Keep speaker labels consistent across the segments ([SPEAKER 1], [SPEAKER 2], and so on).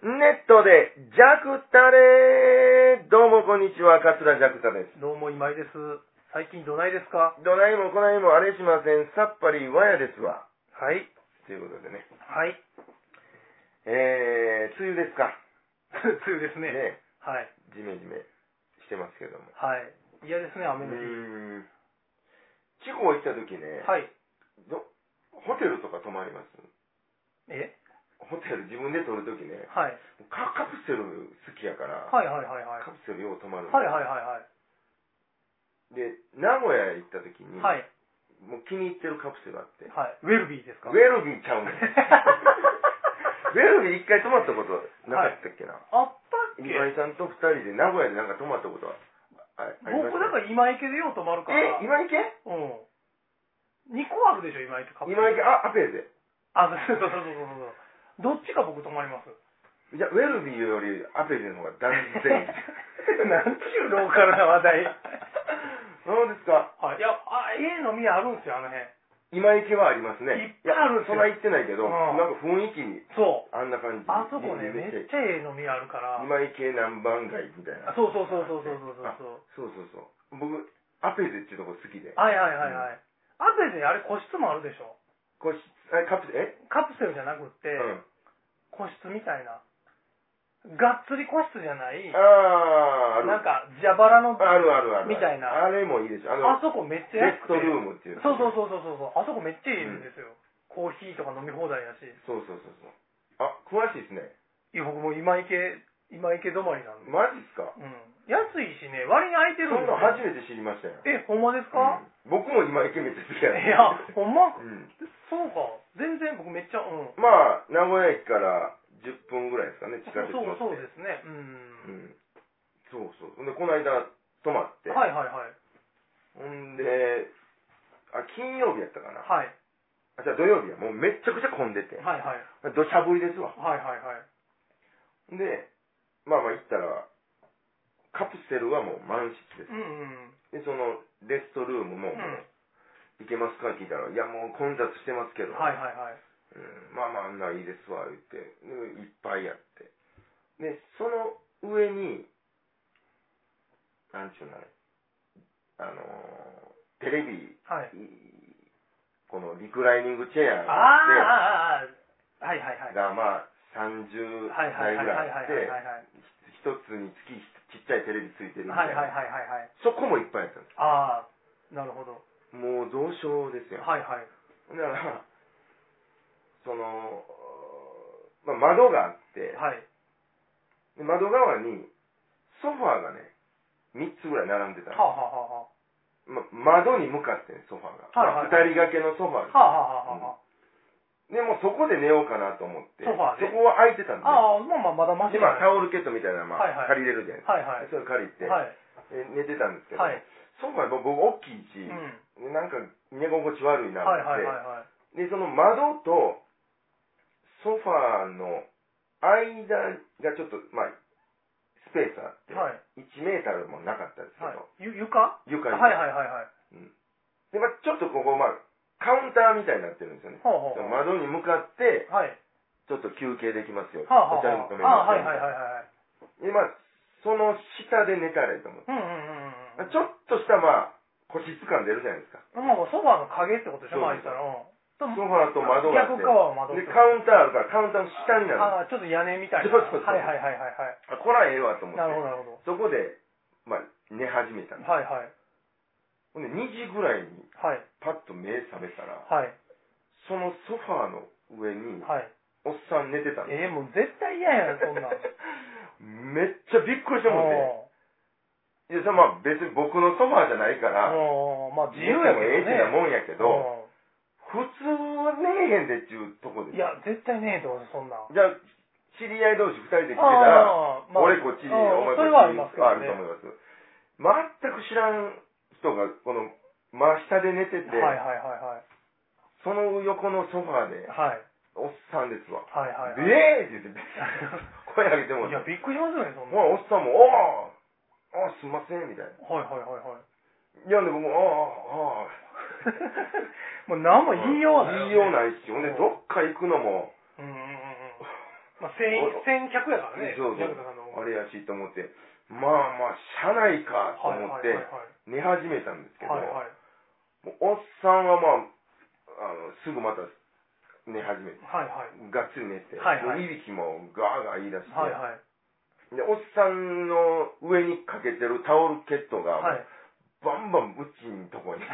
[SPEAKER 1] ネットで、ジャクタレどうもこんにちは、桂ジャクタです。
[SPEAKER 2] どうも今井です。最近どないですか
[SPEAKER 1] どないもこないもあれしません、さっぱりわやですわ。
[SPEAKER 2] はい。
[SPEAKER 1] ということでね。
[SPEAKER 2] はい。
[SPEAKER 1] えー、梅雨ですか。
[SPEAKER 2] 梅雨ですね。
[SPEAKER 1] ね、
[SPEAKER 2] はい。
[SPEAKER 1] ジメジメしてますけども。
[SPEAKER 2] はい。嫌ですね、雨の
[SPEAKER 1] う
[SPEAKER 2] 日。
[SPEAKER 1] ーん。地方行った時ね、
[SPEAKER 2] はい。
[SPEAKER 1] どホテルとか泊まります
[SPEAKER 2] え
[SPEAKER 1] ホテル自分で取る時ね、
[SPEAKER 2] はい。
[SPEAKER 1] カカプセル好きやから、
[SPEAKER 2] はいはいはいはい。
[SPEAKER 1] カプセルよう泊まるんです
[SPEAKER 2] はいはいは
[SPEAKER 1] で、名古屋行った時
[SPEAKER 2] い
[SPEAKER 1] に、
[SPEAKER 2] はい。はい。
[SPEAKER 1] もう気に入ってるカプセルあって、
[SPEAKER 2] はい。ウェルビーですか
[SPEAKER 1] ウェルビーちゃ うねん。ウェルビー一回泊まったことなかったっけな。
[SPEAKER 2] あったっ
[SPEAKER 1] 今
[SPEAKER 2] け
[SPEAKER 1] 井さんと二人で名古屋でなんか泊まったことはあありま
[SPEAKER 2] 僕
[SPEAKER 1] した
[SPEAKER 2] だから今池でよう泊まるから。
[SPEAKER 1] え、今井家
[SPEAKER 2] うん。2個あるでしょ、今池カップ
[SPEAKER 1] 今井家、あ、アペで。
[SPEAKER 2] あ、そうそうそうそうそう。どっちか僕泊まります。
[SPEAKER 1] いや、ウェルビーよりアペでの方が断然いい。
[SPEAKER 2] なんちゅうローカルな話題
[SPEAKER 1] そうですか。
[SPEAKER 2] はい。いや、あ、家飲み屋あるんですよ、あの辺。
[SPEAKER 1] 今井家はあります
[SPEAKER 2] いっ
[SPEAKER 1] ね。
[SPEAKER 2] ぱいあるんです
[SPEAKER 1] そん
[SPEAKER 2] よ
[SPEAKER 1] な行ってないけど、
[SPEAKER 2] うん
[SPEAKER 1] なんか雰囲気に、
[SPEAKER 2] そう。
[SPEAKER 1] あんな感じ。
[SPEAKER 2] あそこね、めっ
[SPEAKER 1] ち
[SPEAKER 2] ちゃええ飲み屋あるから。
[SPEAKER 1] 今井家南蛮街みたいな。
[SPEAKER 2] そうそうそうそうそうそうそう
[SPEAKER 1] あそうそうそう。僕、アペゼっていうとこ好きで。
[SPEAKER 2] はいはいはいはい。あとであれ個室もあるでしょ。
[SPEAKER 1] こうしあカプセル、え
[SPEAKER 2] カプセルじゃなくって、
[SPEAKER 1] うん。
[SPEAKER 2] 個室みたいな。がっつり個室じゃない、
[SPEAKER 1] あー、ある。
[SPEAKER 2] なんか蛇腹の、
[SPEAKER 1] あるあるある。
[SPEAKER 2] みたいな
[SPEAKER 1] あれもいいでしょ。あの
[SPEAKER 2] あ、そこめっち
[SPEAKER 1] ベ
[SPEAKER 2] ゃ
[SPEAKER 1] ッ
[SPEAKER 2] 安
[SPEAKER 1] ド
[SPEAKER 2] くて。
[SPEAKER 1] ルームっていう。
[SPEAKER 2] そうそうそうそうそう。あそこめっちゃいいんですよ。コーヒーとか飲み放題やし。
[SPEAKER 1] そうそうそうそう。あ、詳しいですね。
[SPEAKER 2] いや、僕もう今池、今池止まりなんで。
[SPEAKER 1] マジっすか
[SPEAKER 2] うん。安いしね、割に空いて
[SPEAKER 1] そ
[SPEAKER 2] る
[SPEAKER 1] ん
[SPEAKER 2] んで
[SPEAKER 1] な
[SPEAKER 2] す
[SPEAKER 1] 初めて知りましたよ。
[SPEAKER 2] よ。え、ほんまです
[SPEAKER 1] うん
[SPEAKER 2] か、
[SPEAKER 1] 僕も今、イケメンって好きやね
[SPEAKER 2] いや、ほんま
[SPEAKER 1] うん。
[SPEAKER 2] そうか。全然僕めっちゃ、うん。
[SPEAKER 1] まあ、名古屋駅から10分ぐらいですかね、地
[SPEAKER 2] そう
[SPEAKER 1] 下鉄乗って。
[SPEAKER 2] そうですね。う。
[SPEAKER 1] うんん。そうそう。ほんで、この間、泊まって。
[SPEAKER 2] はいはいはい。
[SPEAKER 1] ほんで、あ、金曜日やったかな。
[SPEAKER 2] はい。
[SPEAKER 1] あ、じゃあ土曜日はもうめっちゃくちゃ混んでて。
[SPEAKER 2] はいはい。
[SPEAKER 1] 土砂降りですわ。
[SPEAKER 2] はいはいはい。
[SPEAKER 1] で、まあまあ行ったら、カプセルはもう満室です
[SPEAKER 2] うんうん。。
[SPEAKER 1] で、その、レストルームももう、
[SPEAKER 2] うん
[SPEAKER 1] 行けますか聞いたら、いやもう混雑してますけど、
[SPEAKER 2] はいはいはい。
[SPEAKER 1] うん、まあまああんないいですわ、言って、でいっぱいやって。で、その上に、なんちゅうのあれ、あのー、テレビ、
[SPEAKER 2] はい。
[SPEAKER 1] このリクライニングチェア
[SPEAKER 2] あー
[SPEAKER 1] があっ
[SPEAKER 2] あーあー、はいはいは
[SPEAKER 1] て、
[SPEAKER 2] い。
[SPEAKER 1] がまあ30
[SPEAKER 2] はいは
[SPEAKER 1] 台
[SPEAKER 2] い
[SPEAKER 1] ぐ
[SPEAKER 2] はい
[SPEAKER 1] ら
[SPEAKER 2] はいい
[SPEAKER 1] あ
[SPEAKER 2] は
[SPEAKER 1] っ
[SPEAKER 2] い
[SPEAKER 1] て、
[SPEAKER 2] はいはい。
[SPEAKER 1] 一つにつきちっちゃいテレビついてるみ
[SPEAKER 2] は
[SPEAKER 1] たい
[SPEAKER 2] いはいはい
[SPEAKER 1] な、
[SPEAKER 2] はいはい。
[SPEAKER 1] そこもいっぱいやったんで
[SPEAKER 2] ああ、なるほど。
[SPEAKER 1] すもう増床ですよ、
[SPEAKER 2] はいはい。
[SPEAKER 1] だからその、まあ、窓があって、
[SPEAKER 2] はい。
[SPEAKER 1] で窓側にソファーがね3つぐらい並んでた
[SPEAKER 2] はあ
[SPEAKER 1] の、
[SPEAKER 2] はあは
[SPEAKER 1] ま、窓に向かってねソファーが、
[SPEAKER 2] はいは
[SPEAKER 1] まあ
[SPEAKER 2] い
[SPEAKER 1] 二人掛けのソファー
[SPEAKER 2] あはあ。は
[SPEAKER 1] が
[SPEAKER 2] あはあはあはあ。
[SPEAKER 1] でもうそこで寝ようかなと思って
[SPEAKER 2] ソファーで
[SPEAKER 1] そこは空いてたんで
[SPEAKER 2] ああ、まあまあまだマシ
[SPEAKER 1] 今
[SPEAKER 2] は
[SPEAKER 1] タオルケットみたいなの、ま
[SPEAKER 2] はい
[SPEAKER 1] あ
[SPEAKER 2] はい
[SPEAKER 1] 借りれるじゃないですか、
[SPEAKER 2] いはい。
[SPEAKER 1] それ借りて、
[SPEAKER 2] はい。
[SPEAKER 1] で寝てたんですけど、
[SPEAKER 2] はい。
[SPEAKER 1] ソファー僕大きいし、
[SPEAKER 2] うん。
[SPEAKER 1] なんか寝心地悪いなと
[SPEAKER 2] はい
[SPEAKER 1] 思って、
[SPEAKER 2] はいはいはい。
[SPEAKER 1] でその窓とソファーの間がちょっと、まあ、スペースあって、
[SPEAKER 2] はい。
[SPEAKER 1] 1メーターもなかったんですけ
[SPEAKER 2] はい
[SPEAKER 1] ど、。
[SPEAKER 2] ゆ床
[SPEAKER 1] 床
[SPEAKER 2] は
[SPEAKER 1] に、
[SPEAKER 2] いはいはいはい。
[SPEAKER 1] でまあ、ちょっとここ、まあ、カウンターみたいになってるんですよね、
[SPEAKER 2] ほうほ
[SPEAKER 1] そ
[SPEAKER 2] う
[SPEAKER 1] の
[SPEAKER 2] ほ
[SPEAKER 1] 窓
[SPEAKER 2] う。
[SPEAKER 1] に向かって
[SPEAKER 2] はい。
[SPEAKER 1] ちょっと休憩できますよ、お
[SPEAKER 2] はあはあ
[SPEAKER 1] 茶
[SPEAKER 2] は
[SPEAKER 1] に飲め
[SPEAKER 2] あ。あ
[SPEAKER 1] ますよで
[SPEAKER 2] あ、はいはいはいはい。
[SPEAKER 1] まあ、その下で寝たらいいと思う、
[SPEAKER 2] うんうんうんうん。
[SPEAKER 1] ちょっとした、まあ、個室感出るじゃないですか
[SPEAKER 2] まあ、ソファーの影ってことで
[SPEAKER 1] そ
[SPEAKER 2] しょ、
[SPEAKER 1] う
[SPEAKER 2] まあ
[SPEAKER 1] です
[SPEAKER 2] 言ったら。うんと
[SPEAKER 1] ソファーと窓があっ
[SPEAKER 2] 逆
[SPEAKER 1] て
[SPEAKER 2] 側は窓
[SPEAKER 1] でカウンターあるからカウンターの下になる
[SPEAKER 2] ああ、ちょっと屋根みたい
[SPEAKER 1] そ
[SPEAKER 2] な。
[SPEAKER 1] うそうそう
[SPEAKER 2] はいはいはいはい
[SPEAKER 1] あ
[SPEAKER 2] は
[SPEAKER 1] こらええわと思って
[SPEAKER 2] い。なるほどなるほど。
[SPEAKER 1] そこで、まあ、寝始めたんです
[SPEAKER 2] はいはい。
[SPEAKER 1] ほんで2時ぐらいに
[SPEAKER 2] はい。
[SPEAKER 1] パッと目覚めたら
[SPEAKER 2] はい。
[SPEAKER 1] そのソファーの上に
[SPEAKER 2] はい。
[SPEAKER 1] おっさん寝てたんです
[SPEAKER 2] ええもう絶対嫌やん、そんなん。
[SPEAKER 1] めっちゃびっくりしてもっていや
[SPEAKER 2] も
[SPEAKER 1] それまあ別に僕のソファーじゃないから
[SPEAKER 2] もう、まあ
[SPEAKER 1] 自
[SPEAKER 2] 自
[SPEAKER 1] 由
[SPEAKER 2] 由
[SPEAKER 1] で
[SPEAKER 2] や
[SPEAKER 1] も
[SPEAKER 2] け
[SPEAKER 1] ええし
[SPEAKER 2] ど
[SPEAKER 1] な
[SPEAKER 2] ね。
[SPEAKER 1] もんやけど普通寝えへんでっちゅうとこ
[SPEAKER 2] う
[SPEAKER 1] で
[SPEAKER 2] んい
[SPEAKER 1] すじゃ
[SPEAKER 2] や、絶対ねえと思う、そんなん。
[SPEAKER 1] あ知り合い同士2人で来てたら
[SPEAKER 2] ああ、
[SPEAKER 1] 俺こっちに、お前
[SPEAKER 2] うんそれはあり
[SPEAKER 1] こ
[SPEAKER 2] ま
[SPEAKER 1] っち
[SPEAKER 2] すけ
[SPEAKER 1] に、あ
[SPEAKER 2] ど
[SPEAKER 1] る
[SPEAKER 2] ね
[SPEAKER 1] と思います。全く知らん人が、この、真下で寝てて、
[SPEAKER 2] はいはいはいはい。
[SPEAKER 1] その横のソファーで、
[SPEAKER 2] はい。
[SPEAKER 1] おっさんですわ。
[SPEAKER 2] はいはいはい。
[SPEAKER 1] ええって 言って、声上げても
[SPEAKER 2] い
[SPEAKER 1] ら
[SPEAKER 2] や、
[SPEAKER 1] って、
[SPEAKER 2] びっくりしますよね、そんなん。
[SPEAKER 1] まあ、おっさんも、おーあーすいません、みたいな。
[SPEAKER 2] はいはいはいはい。
[SPEAKER 1] いや、でももう、ああ、ああ。
[SPEAKER 2] もう何も言いようない、
[SPEAKER 1] 言いようないし、ほんで、
[SPEAKER 2] うん
[SPEAKER 1] どっか行くのも、
[SPEAKER 2] うんうんうんうん。まあ、先
[SPEAKER 1] お
[SPEAKER 2] 先客やからね、
[SPEAKER 1] そうそう
[SPEAKER 2] ジャクタさんの
[SPEAKER 1] あれやしと思って、まあまあ、車内かと思って、
[SPEAKER 2] はい
[SPEAKER 1] 寝始めたんですけど、
[SPEAKER 2] はいはい。はいはい。
[SPEAKER 1] もうおっさんはまあ、あのすぐまた寝始めて、
[SPEAKER 2] はいはい。
[SPEAKER 1] がっつり寝て、
[SPEAKER 2] はいはい
[SPEAKER 1] でいびきもガーガー言い出して、
[SPEAKER 2] はいはい。
[SPEAKER 1] でおっさんの上にかけてるタオルケットが、
[SPEAKER 2] はい。
[SPEAKER 1] バンバンうちんとこ に、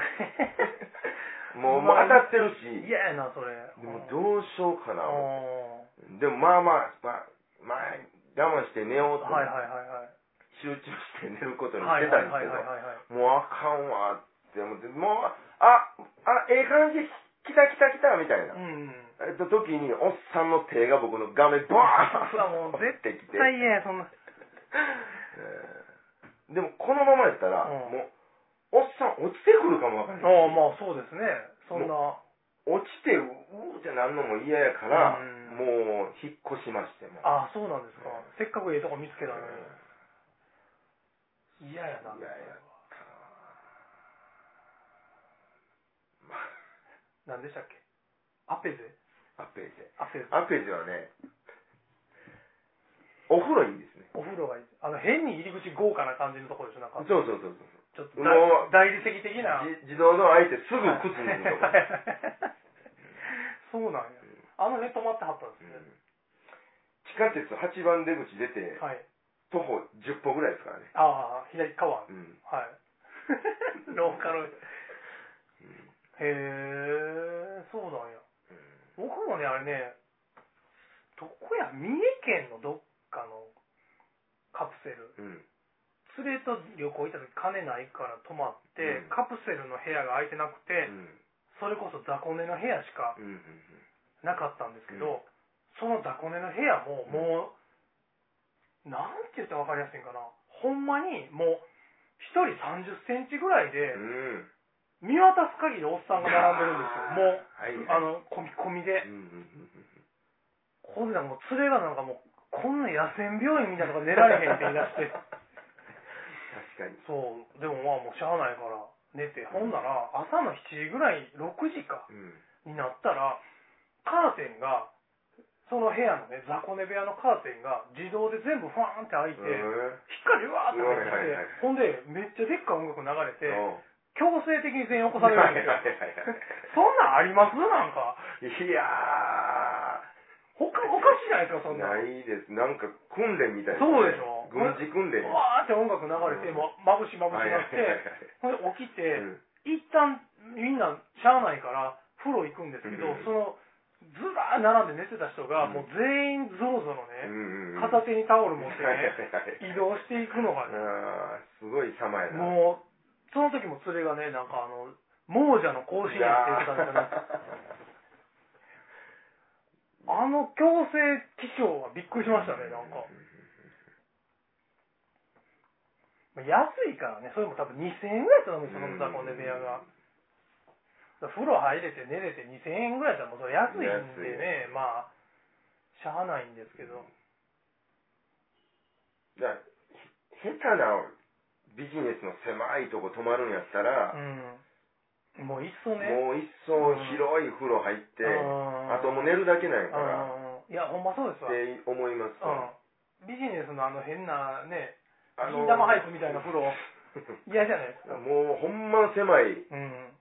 [SPEAKER 1] もう
[SPEAKER 2] ま
[SPEAKER 1] も
[SPEAKER 2] あ
[SPEAKER 1] う当たってる
[SPEAKER 2] 嫌
[SPEAKER 1] し、
[SPEAKER 2] やな、それ。
[SPEAKER 1] でもどうしようか
[SPEAKER 2] う
[SPEAKER 1] な、
[SPEAKER 2] ん
[SPEAKER 1] でもまあまあ、まあ、まあ、我慢して寝ようと、
[SPEAKER 2] はいはいはいはい。
[SPEAKER 1] 集中して寝ることに
[SPEAKER 2] は
[SPEAKER 1] し
[SPEAKER 2] い
[SPEAKER 1] て
[SPEAKER 2] は
[SPEAKER 1] た
[SPEAKER 2] い
[SPEAKER 1] んです
[SPEAKER 2] はい
[SPEAKER 1] け
[SPEAKER 2] は
[SPEAKER 1] ど
[SPEAKER 2] い、はいはい。
[SPEAKER 1] もうあかんわって思って、もう、あ、あ、ええ感じ、来た来た来たみたいな。
[SPEAKER 2] うん。
[SPEAKER 1] えっと、時に、おっさんの手が僕の画面、バーン
[SPEAKER 2] そらもう絶
[SPEAKER 1] てきて、
[SPEAKER 2] 対嫌や、そんな。
[SPEAKER 1] えーでも、このままやったら、
[SPEAKER 2] うん
[SPEAKER 1] もう、おっさん落ちてくるかもわかんない。
[SPEAKER 2] ああ、まあそうですね。そんな。
[SPEAKER 1] 落ちて、うーってなんのも嫌やから、
[SPEAKER 2] うん
[SPEAKER 1] もう、引っ越しましても。
[SPEAKER 2] ああ、そうなんですか。せっかくええとこ見つけたの
[SPEAKER 1] う
[SPEAKER 2] に。嫌やな。
[SPEAKER 1] ん嫌やったなま
[SPEAKER 2] 何でしたっけアペゼ
[SPEAKER 1] あアページ。
[SPEAKER 2] アペゼ。
[SPEAKER 1] アページはね、お風呂いいですね。
[SPEAKER 2] お風呂がいい。あの、変に入り口豪華な感じのところでしょ、なん
[SPEAKER 1] そ
[SPEAKER 2] か。
[SPEAKER 1] うそうそうそう。
[SPEAKER 2] ちょっと
[SPEAKER 1] も
[SPEAKER 2] 大
[SPEAKER 1] う
[SPEAKER 2] 大理石的な。
[SPEAKER 1] じ自動ドア開いてすぐ靴脱ぐとか。
[SPEAKER 2] はいそうなんや。あの辺止まってはったん
[SPEAKER 1] う
[SPEAKER 2] です
[SPEAKER 1] ん
[SPEAKER 2] ね。
[SPEAKER 1] 地下鉄8番出口出て、
[SPEAKER 2] はい。
[SPEAKER 1] 徒歩10歩ぐらいですからね。
[SPEAKER 2] ああ、左 側。は
[SPEAKER 1] う
[SPEAKER 2] い。
[SPEAKER 1] ん。
[SPEAKER 2] 廊下の。へえ、そうなんや。僕もね、あれね、どこや、三重県のどっかのカプセル。
[SPEAKER 1] うん。
[SPEAKER 2] 連れと旅行行った時金ないから泊まって、
[SPEAKER 1] うん
[SPEAKER 2] カプセルの部屋が空いてなく
[SPEAKER 1] う
[SPEAKER 2] て、
[SPEAKER 1] ん。
[SPEAKER 2] それこそ雑魚寝の部屋しか
[SPEAKER 1] うん。うん。
[SPEAKER 2] なかったんですけ
[SPEAKER 1] う
[SPEAKER 2] ど、その雑魚寝の部屋ももう、なんて言ったら分かりやすいんかなほんまにもう1人3 0ンチぐらいで
[SPEAKER 1] うん。
[SPEAKER 2] 見渡す限りおっさんが並んでるんですよもう
[SPEAKER 1] はいはい
[SPEAKER 2] あの込み込みで
[SPEAKER 1] うんうんうん
[SPEAKER 2] ここでなんかもう連れがなんかもうこんな野戦病院みたいなとこ寝られへんって言い出して
[SPEAKER 1] 確かに。
[SPEAKER 2] そうでもまあもうしゃあないから寝てほんなら朝の7時ぐらい6時か
[SPEAKER 1] うん。
[SPEAKER 2] になったらカーテンがその部屋のね雑魚寝部屋のカーテンが自動で全部ファーンって開いて、
[SPEAKER 1] うん
[SPEAKER 2] 光わーって入ってきて、
[SPEAKER 1] はいはいはい
[SPEAKER 2] ほんでめっちゃでっかい音楽流れて
[SPEAKER 1] うん
[SPEAKER 2] 強制的に全員起こされるんですよ
[SPEAKER 1] はいはいはいはい
[SPEAKER 2] そんなんありますなんか
[SPEAKER 1] いや
[SPEAKER 2] ほかおかしいじゃないですかそ
[SPEAKER 1] ー、
[SPEAKER 2] んな
[SPEAKER 1] なんいです。なんか訓練みたいな。
[SPEAKER 2] そうでしょ
[SPEAKER 1] 軍事訓練。
[SPEAKER 2] わーって音楽流れて、
[SPEAKER 1] うん
[SPEAKER 2] もう眩しい眩し
[SPEAKER 1] はいいはい
[SPEAKER 2] なっ
[SPEAKER 1] はいはい
[SPEAKER 2] て、ほんで起きて、
[SPEAKER 1] うん
[SPEAKER 2] 一旦みんなしゃあないから風呂行くんですけど、
[SPEAKER 1] うん
[SPEAKER 2] そのずらー並んで寝てた人が、
[SPEAKER 1] うん
[SPEAKER 2] もう全員ぞろぞろ
[SPEAKER 1] う
[SPEAKER 2] ね、
[SPEAKER 1] んうんうん
[SPEAKER 2] 片手にタオル持 って
[SPEAKER 1] はいはい
[SPEAKER 2] ね、
[SPEAKER 1] はい
[SPEAKER 2] 移動していくのがね、
[SPEAKER 1] あーすごい様やな。
[SPEAKER 2] もうその時も連れがねなんかあの亡者の行進やって言ってたんですよ ねあの強制気象はびっくりしましたねなんかまあ安いからねそれも多分2000円ぐらいだと思うんですよその雑魚寝部屋がだから風呂入れて寝れて2000円ぐらいだったらもうそれ安いんでねまあしゃあないんですけど
[SPEAKER 1] じゃあ下手なビジネスの狭いとこ泊まるんやったら、
[SPEAKER 2] うんもういっそね
[SPEAKER 1] もう一層広い風呂入って、あ
[SPEAKER 2] あ
[SPEAKER 1] ともう寝るだけなんやから、っ
[SPEAKER 2] いやほんまそうですわ
[SPEAKER 1] て思います。
[SPEAKER 2] うん、ビジネスのあの変なね、
[SPEAKER 1] あの
[SPEAKER 2] 銀玉ハイプみたいな風呂、嫌じゃないですか。
[SPEAKER 1] もうほんまの狭い
[SPEAKER 2] うん。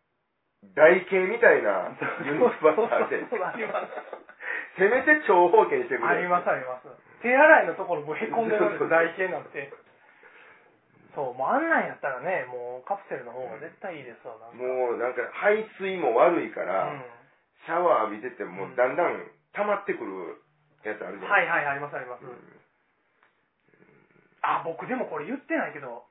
[SPEAKER 1] 台形みたいなユニバーサルで、
[SPEAKER 2] そうそうそう あります。
[SPEAKER 1] せめて長方形にしてく
[SPEAKER 2] あ
[SPEAKER 1] れ
[SPEAKER 2] ります、あります。手洗いのところもうへこんでるんです、台形なんて。そう、もうあんなんやったらね、もうカプセルの方が絶対いいですわ、なんか。う、
[SPEAKER 1] もうなんか排水も悪いか
[SPEAKER 2] う
[SPEAKER 1] ら、
[SPEAKER 2] ん。
[SPEAKER 1] シャワー浴びててもだんだん溜まってくるやつあるじゃ
[SPEAKER 2] は
[SPEAKER 1] ない
[SPEAKER 2] いはい、あります、あります。
[SPEAKER 1] うん
[SPEAKER 2] あ、僕でもこれ言ってないけど、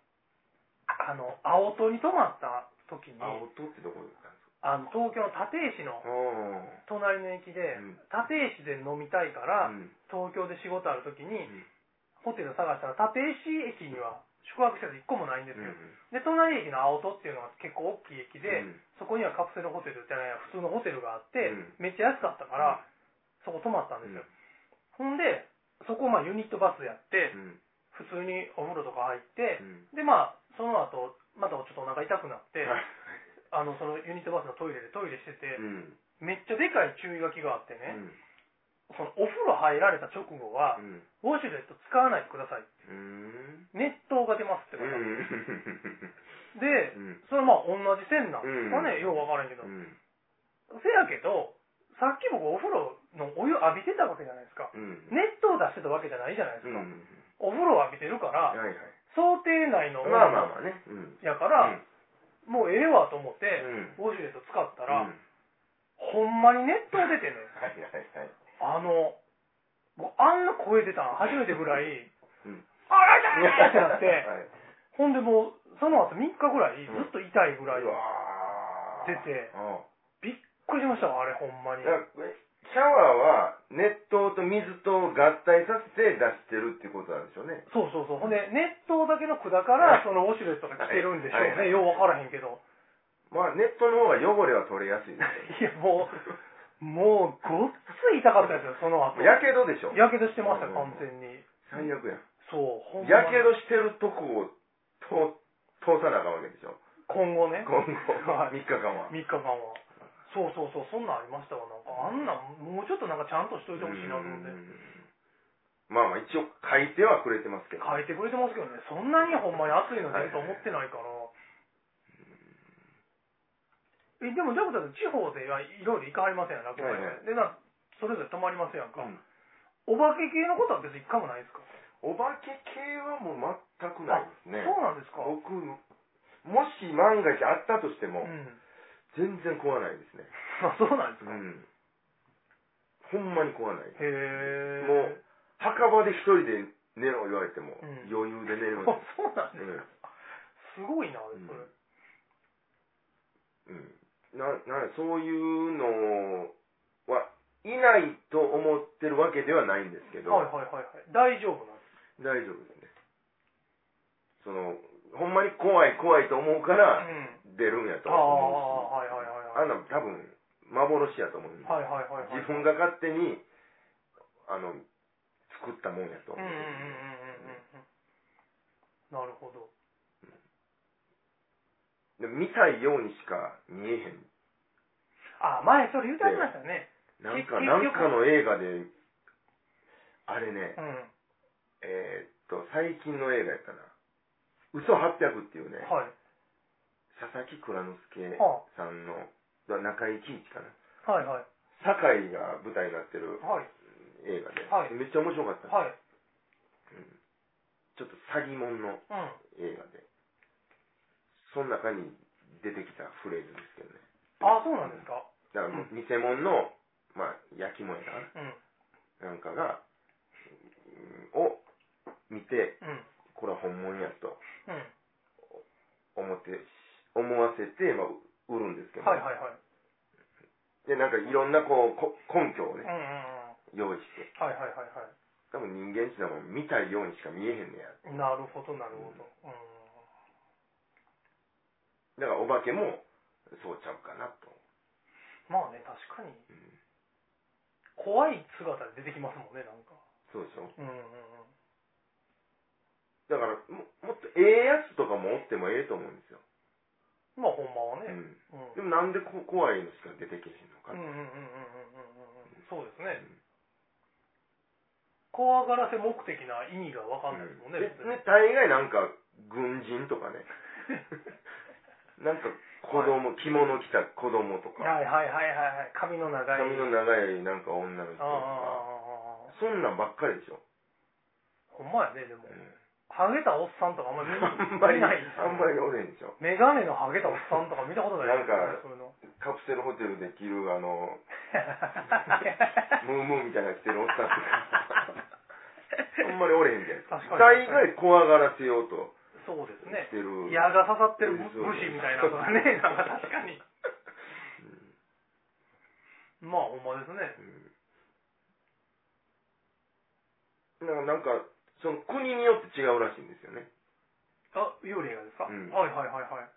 [SPEAKER 2] あの、青戸に泊まった時に、
[SPEAKER 1] あ、音ってどこですか
[SPEAKER 2] あの東京の立石の
[SPEAKER 1] う
[SPEAKER 2] 隣の駅で、
[SPEAKER 1] ん。
[SPEAKER 2] 立石で飲みたいから、東京で仕事ある時に、
[SPEAKER 1] ん
[SPEAKER 2] ホテルを探したら立石駅には宿泊施設1個もないんです
[SPEAKER 1] う
[SPEAKER 2] よ、で隣駅の青戸っていうのは結構大きい駅で、
[SPEAKER 1] うん
[SPEAKER 2] そこにはカプセルホテルじゃないや普通のホテルがあって、
[SPEAKER 1] うん
[SPEAKER 2] めっちゃ安かったから、そこ泊まったんですよ、ほんでそこまあユニットバスやって、
[SPEAKER 1] ん。
[SPEAKER 2] 普通にお風呂とか入って、でまあその後またちょっとお腹痛くなって、あのそのユニットバスのトイレでトイレしてて、めっちゃでかい注意書きがあってね、そのお風呂入られた直後は、
[SPEAKER 1] うん。
[SPEAKER 2] ウォシュレット使わないでください。
[SPEAKER 1] うん。
[SPEAKER 2] 熱湯が出ますって
[SPEAKER 1] う
[SPEAKER 2] 方。
[SPEAKER 1] ん。
[SPEAKER 2] で、それはまあ同じ線なんですかね、
[SPEAKER 1] うん
[SPEAKER 2] ようわからんけど
[SPEAKER 1] う。ん。
[SPEAKER 2] せやけど、さっき僕お風呂のお湯浴びてたわけじゃないですか。
[SPEAKER 1] うん。
[SPEAKER 2] 熱湯出してたわけじゃないじゃないで
[SPEAKER 1] う
[SPEAKER 2] すか。
[SPEAKER 1] ん。
[SPEAKER 2] お風呂浴びてるか
[SPEAKER 1] はい
[SPEAKER 2] ら、
[SPEAKER 1] はい。
[SPEAKER 2] 想定内の
[SPEAKER 1] まあまあまあね。うん。
[SPEAKER 2] やから、もうええわと思って、
[SPEAKER 1] うん
[SPEAKER 2] ウォシュレット使った、
[SPEAKER 1] からはい
[SPEAKER 2] ほんまに熱湯出てんのよ。
[SPEAKER 1] はいはい。
[SPEAKER 2] あの、もうあんな声出たん初めてぐらい、
[SPEAKER 1] うん
[SPEAKER 2] あら痛いってなって、
[SPEAKER 1] はい、
[SPEAKER 2] ほんでもう、その後3日ぐらい、ずっと痛いぐらい、
[SPEAKER 1] うわー
[SPEAKER 2] 出て
[SPEAKER 1] うん
[SPEAKER 2] びっくりしましたわ、あれほんまに。
[SPEAKER 1] だからえシャワーは熱湯と水と合体させて出してるっていうことなんでしょうね。
[SPEAKER 2] そうそうそう。ほんで、熱湯だけの管から、そのウォシュレットが来てるんでしょう
[SPEAKER 1] はいはい
[SPEAKER 2] ね。ようわからへんけど。
[SPEAKER 1] まあ、ネットの方が汚れは取れやすいですよ
[SPEAKER 2] いや、もう、もう、ごっつい痛かったですよ、その後。
[SPEAKER 1] やけどでしょ。
[SPEAKER 2] やけどしてました、完全に。
[SPEAKER 1] 最悪やん。
[SPEAKER 2] そう、ほんま
[SPEAKER 1] や
[SPEAKER 2] に
[SPEAKER 1] けどしてるとこを通通さなあかんわけでしょ。
[SPEAKER 2] 今後ね、
[SPEAKER 1] 今 後、
[SPEAKER 2] はい
[SPEAKER 1] 3日間は。
[SPEAKER 2] 3日間は。そうそうそう、そんなんありましたわ。なんか、あんなん、もうちょっとなんかちゃんとしといてほしいなと思って
[SPEAKER 1] う。んまあまあ、一応書いてはくれてますけど。
[SPEAKER 2] 書いてくれてますけどね、そんなにほんまに熱いの出ると思ってないから。え、でも、ジャブさん、地方ではいろいろ行かはりませんやん、落語会
[SPEAKER 1] はいは
[SPEAKER 2] で。で、な、それぞれ泊まりますやん
[SPEAKER 1] う
[SPEAKER 2] か。
[SPEAKER 1] ん
[SPEAKER 2] お化け系のことは別に一回もないですか、
[SPEAKER 1] お化け系はもう全くないですね。
[SPEAKER 2] そうなんですかう
[SPEAKER 1] 僕、もし万が一あったとしても、
[SPEAKER 2] ん。
[SPEAKER 1] 全然怖ないですね。
[SPEAKER 2] あ、そうなんです
[SPEAKER 1] う
[SPEAKER 2] か、へ
[SPEAKER 1] ん。ほんまに怖ない。
[SPEAKER 2] え。
[SPEAKER 1] もう、墓場で一人で寝ろ言われても、
[SPEAKER 2] うん
[SPEAKER 1] 余裕 で寝れ
[SPEAKER 2] あ
[SPEAKER 1] ま
[SPEAKER 2] そうなん
[SPEAKER 1] す。
[SPEAKER 2] ですか、すごいな、それ。
[SPEAKER 1] うんうん。うん。な、な、そういうのは、いないと思ってるわけではないんですけど、
[SPEAKER 2] はいはいはいはい。大丈夫なんです
[SPEAKER 1] 大丈夫ですね。その、ほんまに怖い怖いと思うか
[SPEAKER 2] か、
[SPEAKER 1] ら、
[SPEAKER 2] うん。
[SPEAKER 1] 出るんやと
[SPEAKER 2] あ
[SPEAKER 1] 思うし、
[SPEAKER 2] あ、はいはい
[SPEAKER 1] あ
[SPEAKER 2] はいはい。
[SPEAKER 1] んなの多分、幻やと思うんです。
[SPEAKER 2] はいはいはいはい。
[SPEAKER 1] 自分が勝手に、あの、作ったもんやと
[SPEAKER 2] うん
[SPEAKER 1] 思う
[SPEAKER 2] うんうんんうん
[SPEAKER 1] で
[SPEAKER 2] うん
[SPEAKER 1] すよ。
[SPEAKER 2] うんうん。なるほど。
[SPEAKER 1] で見たいようにしか見えへん。
[SPEAKER 2] あ、前それ言うてありましたよね。
[SPEAKER 1] なんか、
[SPEAKER 2] 結
[SPEAKER 1] なん
[SPEAKER 2] 局
[SPEAKER 1] かの映画で、あれね
[SPEAKER 2] う、ん。
[SPEAKER 1] えーっと、最近の映画やったな。嘘800っていうね、
[SPEAKER 2] はい。
[SPEAKER 1] 佐々木蔵之介
[SPEAKER 2] は
[SPEAKER 1] さんの、だ中井貴一かな。
[SPEAKER 2] あ、はいはい。
[SPEAKER 1] 堺が舞台になってる
[SPEAKER 2] はい。
[SPEAKER 1] 映画で、
[SPEAKER 2] はい
[SPEAKER 1] めっちゃ面白かった、
[SPEAKER 2] は
[SPEAKER 1] う
[SPEAKER 2] い。
[SPEAKER 1] んちょっと詐欺もんの
[SPEAKER 2] うん。
[SPEAKER 1] 映画で、その中に出てきたフレーズですけどね。
[SPEAKER 2] あ、そうなんですか。
[SPEAKER 1] だからもう、偽物の、まあ、焼き物やな。
[SPEAKER 2] う
[SPEAKER 1] なん
[SPEAKER 2] ん。
[SPEAKER 1] かが、うんを見て、
[SPEAKER 2] うん。
[SPEAKER 1] これは本物やと
[SPEAKER 2] うん。
[SPEAKER 1] 思って、思わせて、まあ、売るんですけど、
[SPEAKER 2] はいはいはい。
[SPEAKER 1] で、なんかいろんなこう、こ根拠を
[SPEAKER 2] うん
[SPEAKER 1] ね
[SPEAKER 2] う、んうん。
[SPEAKER 1] 用意して、
[SPEAKER 2] はいはいはいは
[SPEAKER 1] 多分人間ってのはもう見たいようにしか見えへんねや。
[SPEAKER 2] い。なるほどなるほど。うん。
[SPEAKER 1] だからお化けも、そうちゃうかなと。
[SPEAKER 2] まあね、確かに。
[SPEAKER 1] うん
[SPEAKER 2] 怖い姿で出てきますもんね、なんか。
[SPEAKER 1] そうでしょ
[SPEAKER 2] うんうんうん。
[SPEAKER 1] だからも、もっとええやつとかもおってもええと思うんですよ。
[SPEAKER 2] まあ、ほんま
[SPEAKER 1] う
[SPEAKER 2] はね。
[SPEAKER 1] ん。
[SPEAKER 2] うん。
[SPEAKER 1] でもなんでこ怖いのしか出てけへんのか
[SPEAKER 2] うんうんうんうんうんうんうん。そうです
[SPEAKER 1] う
[SPEAKER 2] ね。
[SPEAKER 1] ん
[SPEAKER 2] 怖がらせ目的な意味がわかんないですもんね。
[SPEAKER 1] で
[SPEAKER 2] 別に
[SPEAKER 1] ね大概なんか、軍人とか ね。なんか、子供、着物着た子供とか、
[SPEAKER 2] はいはいはいはいはい。髪の長い。
[SPEAKER 1] 髪の長いなんか女の人と
[SPEAKER 2] ああ
[SPEAKER 1] か、そんなんばっかりでしょ。
[SPEAKER 2] ほんまやね、でも
[SPEAKER 1] う。ん
[SPEAKER 2] ハゲたおっさんとかあんまり見
[SPEAKER 1] あんまり、
[SPEAKER 2] 見ない。
[SPEAKER 1] あんまりおれんでしょ。
[SPEAKER 2] メガネのハゲたおっさんとか見たことないですよね
[SPEAKER 1] なんか
[SPEAKER 2] そういうの。
[SPEAKER 1] カプセルホテルで着る、あの、ムームーみたいなの着てるおっさんとか、あんまりおれへんじゃないですか。
[SPEAKER 2] 確か
[SPEAKER 1] 大
[SPEAKER 2] に。
[SPEAKER 1] 概怖がらせようと
[SPEAKER 2] そうです
[SPEAKER 1] し
[SPEAKER 2] ね。
[SPEAKER 1] てる。
[SPEAKER 2] 矢が刺さってる武士みたいなのがね、なんか確かに。まあ、ほんまですね。
[SPEAKER 1] うんなんか、なんかその国によって違うらしいんですよね。
[SPEAKER 2] あ、幽霊がですか、
[SPEAKER 1] うん
[SPEAKER 2] はいはいはいはい。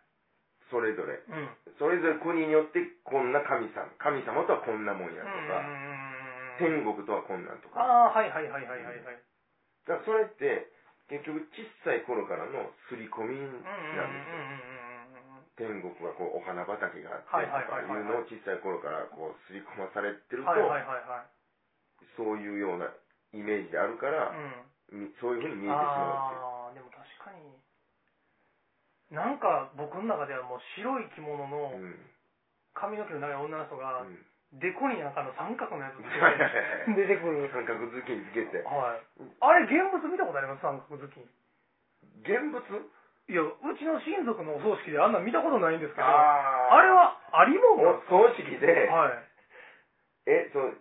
[SPEAKER 1] それぞれ。
[SPEAKER 2] うん。うん
[SPEAKER 1] それぞれ国によってこんな神様、神様とはこんなもんやとか、
[SPEAKER 2] うんうんうんうん。
[SPEAKER 1] 天国とはこんなんとか。
[SPEAKER 2] ああ、はいはいはいはいはいはい。
[SPEAKER 1] だからそれって、結局小さい頃からの刷り込み
[SPEAKER 2] うん
[SPEAKER 1] なんですよ。
[SPEAKER 2] うんうんうんうんうん。
[SPEAKER 1] 天国はこうお花畑があってとかいうのを小さい頃からこう刷り込まされてると、
[SPEAKER 2] はいはいはいはい。
[SPEAKER 1] そういうようなイメージであるから、みそういうふうに見えてしまうっ
[SPEAKER 2] ああーでも確かになんか僕の中ではもう白い着物
[SPEAKER 1] ていう。
[SPEAKER 2] の
[SPEAKER 1] うん。
[SPEAKER 2] 髪の毛の長い女の人
[SPEAKER 1] う
[SPEAKER 2] が
[SPEAKER 1] ん
[SPEAKER 2] デコになんかの三角のやつ着て
[SPEAKER 1] はいはいはい
[SPEAKER 2] 出て くる
[SPEAKER 1] 三角頭巾つけ て。
[SPEAKER 2] はいあれ現物見たことあります三角頭巾
[SPEAKER 1] 現物
[SPEAKER 2] いやうちの親族のお葬式であんなん見たことないんですけどあ
[SPEAKER 1] あ
[SPEAKER 2] れ
[SPEAKER 1] は
[SPEAKER 2] はありもんなん
[SPEAKER 1] お
[SPEAKER 2] ですか
[SPEAKER 1] 葬式で、
[SPEAKER 2] はい
[SPEAKER 1] え、その、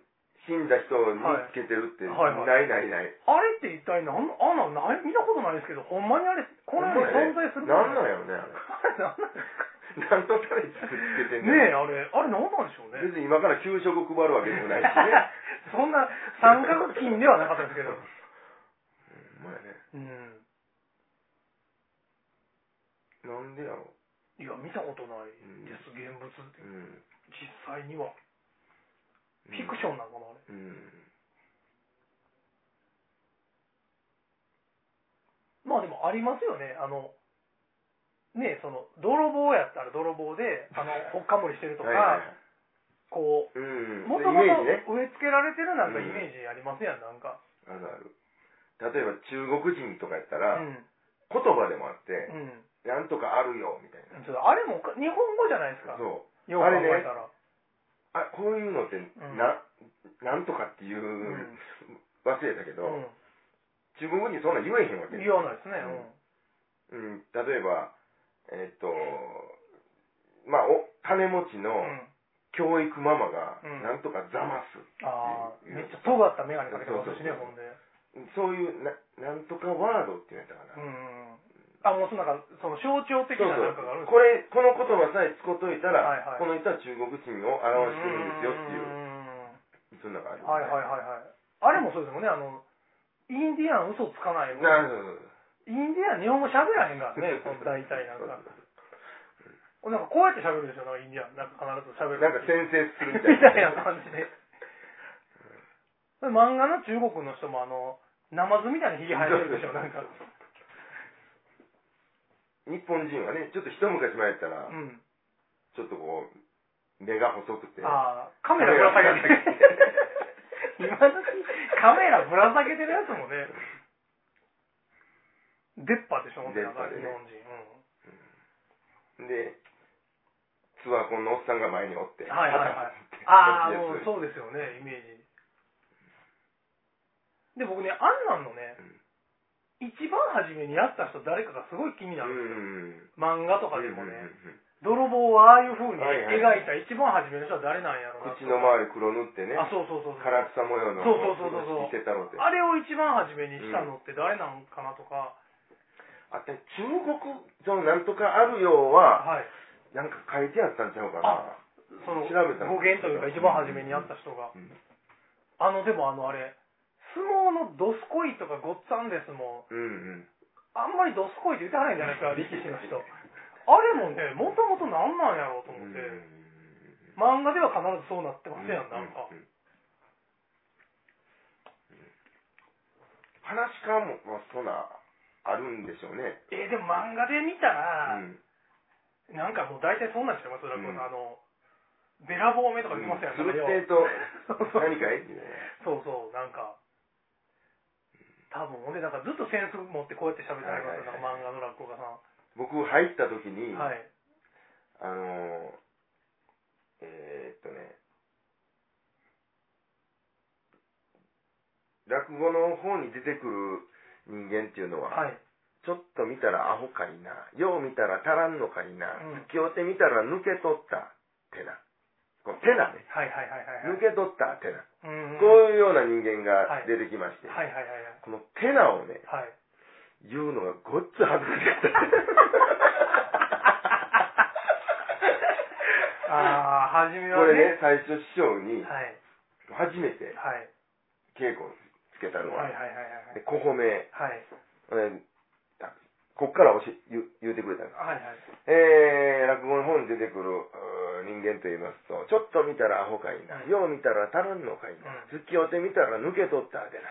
[SPEAKER 1] 死んだ人につけてるって、
[SPEAKER 2] はいはい
[SPEAKER 1] ないないない。
[SPEAKER 2] あれって一体なんあんなんない見たことないですけどほんまにあれこの世に存在する
[SPEAKER 1] なんなん
[SPEAKER 2] や
[SPEAKER 1] やろね、あれ。
[SPEAKER 2] あれなんなんですか
[SPEAKER 1] 何のために作っててんの
[SPEAKER 2] ねえあれあれなんなんでしょうね
[SPEAKER 1] 別に今から給食配るわけでもないしね。
[SPEAKER 2] そんな三角筋ではなかったですけど。
[SPEAKER 1] ほんまやね。
[SPEAKER 2] うん。
[SPEAKER 1] なんでやろ
[SPEAKER 2] いや、見たことないです、現物って
[SPEAKER 1] う。うん。
[SPEAKER 2] 実際には。フィクションなのかな、あれ。
[SPEAKER 1] うん。
[SPEAKER 2] まあでもありますよね、あの、ねえその、泥棒やったら泥棒で、 あの、ほっかむりしてるとか、
[SPEAKER 1] はいはいはい
[SPEAKER 2] こ
[SPEAKER 1] う
[SPEAKER 2] う、
[SPEAKER 1] ん。
[SPEAKER 2] もともと
[SPEAKER 1] イ
[SPEAKER 2] 植
[SPEAKER 1] メージね。
[SPEAKER 2] え付けられてるなんか
[SPEAKER 1] うん
[SPEAKER 2] イメージありますやん、なんか。
[SPEAKER 1] あるある。例えば中国人とかやった
[SPEAKER 2] う
[SPEAKER 1] ら、
[SPEAKER 2] ん。
[SPEAKER 1] 言葉でもあって、
[SPEAKER 2] うん。
[SPEAKER 1] なんとかあるよ、みたいな。
[SPEAKER 2] ちょっとあれもおか、日本語じゃないですか。
[SPEAKER 1] そう。
[SPEAKER 2] よく考えたら。
[SPEAKER 1] あ、こういうのって、
[SPEAKER 2] ん
[SPEAKER 1] な、なんとかっていう、
[SPEAKER 2] ん
[SPEAKER 1] 忘れたけど、
[SPEAKER 2] うん。
[SPEAKER 1] 中国人そんなん言えへんわけ
[SPEAKER 2] 言わないですね、うん。
[SPEAKER 1] うん、例えば、えっと、まあ、お、金持ちの
[SPEAKER 2] うん。
[SPEAKER 1] 教育ママが
[SPEAKER 2] うん、
[SPEAKER 1] なんとかざます。
[SPEAKER 2] ああ、
[SPEAKER 1] うん
[SPEAKER 2] めっちゃ尖った眼鏡かけてますしね、
[SPEAKER 1] そうそうそう
[SPEAKER 2] ほ
[SPEAKER 1] そう
[SPEAKER 2] んで。
[SPEAKER 1] いう、な、なんとかワードって言うんやったかな。
[SPEAKER 2] うん。あ、もうそのなんか、その象徴的
[SPEAKER 1] そう
[SPEAKER 2] なな
[SPEAKER 1] そ
[SPEAKER 2] んかがあ
[SPEAKER 1] う。
[SPEAKER 2] るんです
[SPEAKER 1] これ、この言葉さえ使っといたら、
[SPEAKER 2] はいはい
[SPEAKER 1] この人は中国人を
[SPEAKER 2] か
[SPEAKER 1] 表してるんですよっていう、
[SPEAKER 2] う
[SPEAKER 1] そんなのがある
[SPEAKER 2] ん。はいはいはいはい。あれもそうですもんね、あの、インディアン嘘つかないもん。
[SPEAKER 1] なるほど。
[SPEAKER 2] インディアン日本語喋らへんか らね、この大体なんか。なんかこうやって喋るでしょ、なんかインディアン。なんか必ず喋る。
[SPEAKER 1] なんか先生する
[SPEAKER 2] み
[SPEAKER 1] み
[SPEAKER 2] た
[SPEAKER 1] たい
[SPEAKER 2] いな
[SPEAKER 1] な。
[SPEAKER 2] 感じで。漫画の中国の人もあの、ナマズみたいなひげ生えてるでしょ、なんか。
[SPEAKER 1] 日本人はね、ちょっと一昔前やったら
[SPEAKER 2] う、ん。
[SPEAKER 1] ちょっとこう、目が細くて、
[SPEAKER 2] ああ、カメラぶら下げてる。今時、カメラぶら下げてるやつもね、出っ歯でしょ、ほんとに
[SPEAKER 1] 出っ歯でね
[SPEAKER 2] 日本人。うん
[SPEAKER 1] で、ツアーコンのおっさんが前におって、
[SPEAKER 2] はいはいは
[SPEAKER 1] っ
[SPEAKER 2] い
[SPEAKER 1] て
[SPEAKER 2] ああ、
[SPEAKER 1] こっち
[SPEAKER 2] もう
[SPEAKER 1] です
[SPEAKER 2] そうですよね、イメージ。で、僕ね、あんなんのね、一番初めにやった人誰かがすごい気にな
[SPEAKER 1] う
[SPEAKER 2] る。
[SPEAKER 1] ん。
[SPEAKER 2] 漫画とかで
[SPEAKER 1] うん
[SPEAKER 2] も
[SPEAKER 1] うん
[SPEAKER 2] ね、
[SPEAKER 1] うん
[SPEAKER 2] 泥棒をああいう風に
[SPEAKER 1] はいはい
[SPEAKER 2] 描いた一番初めの人は誰なんやろうなと
[SPEAKER 1] 口の周り黒塗ってね、
[SPEAKER 2] あ、そうそうそうそう。
[SPEAKER 1] 唐草模様の、
[SPEAKER 2] そうそうそうそう
[SPEAKER 1] 着てたろうって。
[SPEAKER 2] あれを一番初めにしたのって誰なんかなとか、
[SPEAKER 1] あと中国、そのなんとかあるようは、
[SPEAKER 2] はい。
[SPEAKER 1] なんか書いてあったんちゃうかな。
[SPEAKER 2] その
[SPEAKER 1] 調べたの
[SPEAKER 2] 語源というか一番初めにやった人が、
[SPEAKER 1] うん
[SPEAKER 2] あのでもあのあれ相撲のドスコイとかゴッツァンデスも
[SPEAKER 1] うんうん。
[SPEAKER 2] あんまりドスコイって言ってはないんじゃない ですか力士の人あれもねもともと何なんやろうと思って、漫画では必ずそうなってますやんなんか、
[SPEAKER 1] ううう話し家も、まあ、そんな、あるんでしょうね。
[SPEAKER 2] えーでも漫画で見たら、
[SPEAKER 1] うん
[SPEAKER 2] なんかもう大体そんなんちゃいますラクー
[SPEAKER 1] うん
[SPEAKER 2] さんあのべらぼうめとか言ってますや
[SPEAKER 1] う
[SPEAKER 2] ん、
[SPEAKER 1] ん
[SPEAKER 2] なんかよ
[SPEAKER 1] つるってえと
[SPEAKER 2] そうそう
[SPEAKER 1] 何かいみたい
[SPEAKER 2] そうそう、なんか、多分俺、なんかずっとセンス持ってこうやって喋ってありますよ、なんか漫画の落語家さん。
[SPEAKER 1] な僕、入った時に、
[SPEAKER 2] はい。
[SPEAKER 1] あのー、えーっとね、落語の方に出てくる人間っていうのは、
[SPEAKER 2] はい。
[SPEAKER 1] ちょっと見たらアホかいな、よう見たら足らんのかいな、
[SPEAKER 2] うん
[SPEAKER 1] 付き合うてみたら抜け取ったってな。この手なね。
[SPEAKER 2] はいはいはいはい。
[SPEAKER 1] 抜け取った手な。
[SPEAKER 2] うんうん。
[SPEAKER 1] こういうような人間が出てきまして、
[SPEAKER 2] はいはいはいはい。
[SPEAKER 1] この手なをね、
[SPEAKER 2] はい。
[SPEAKER 1] 言うのがごっつ恥ずかしかった。
[SPEAKER 2] ああ、初め
[SPEAKER 1] こ
[SPEAKER 2] は
[SPEAKER 1] れ
[SPEAKER 2] ね。
[SPEAKER 1] ね、最初師匠に
[SPEAKER 2] はい。
[SPEAKER 1] 初めて
[SPEAKER 2] はい。
[SPEAKER 1] 稽古をつけたの
[SPEAKER 2] はいはい
[SPEAKER 1] は、
[SPEAKER 2] はい
[SPEAKER 1] で小褒め、
[SPEAKER 2] はい。はい。
[SPEAKER 1] えーあこっから教え言う言うてくれたの。
[SPEAKER 2] はいはい。
[SPEAKER 1] えー、落語の本に出てくるうー人間と言いますと、ちょっと見たらアホかいな、
[SPEAKER 2] うん
[SPEAKER 1] よう見たら足らんのかいな
[SPEAKER 2] う、
[SPEAKER 1] 突き寄ってみたら抜け取ったでな、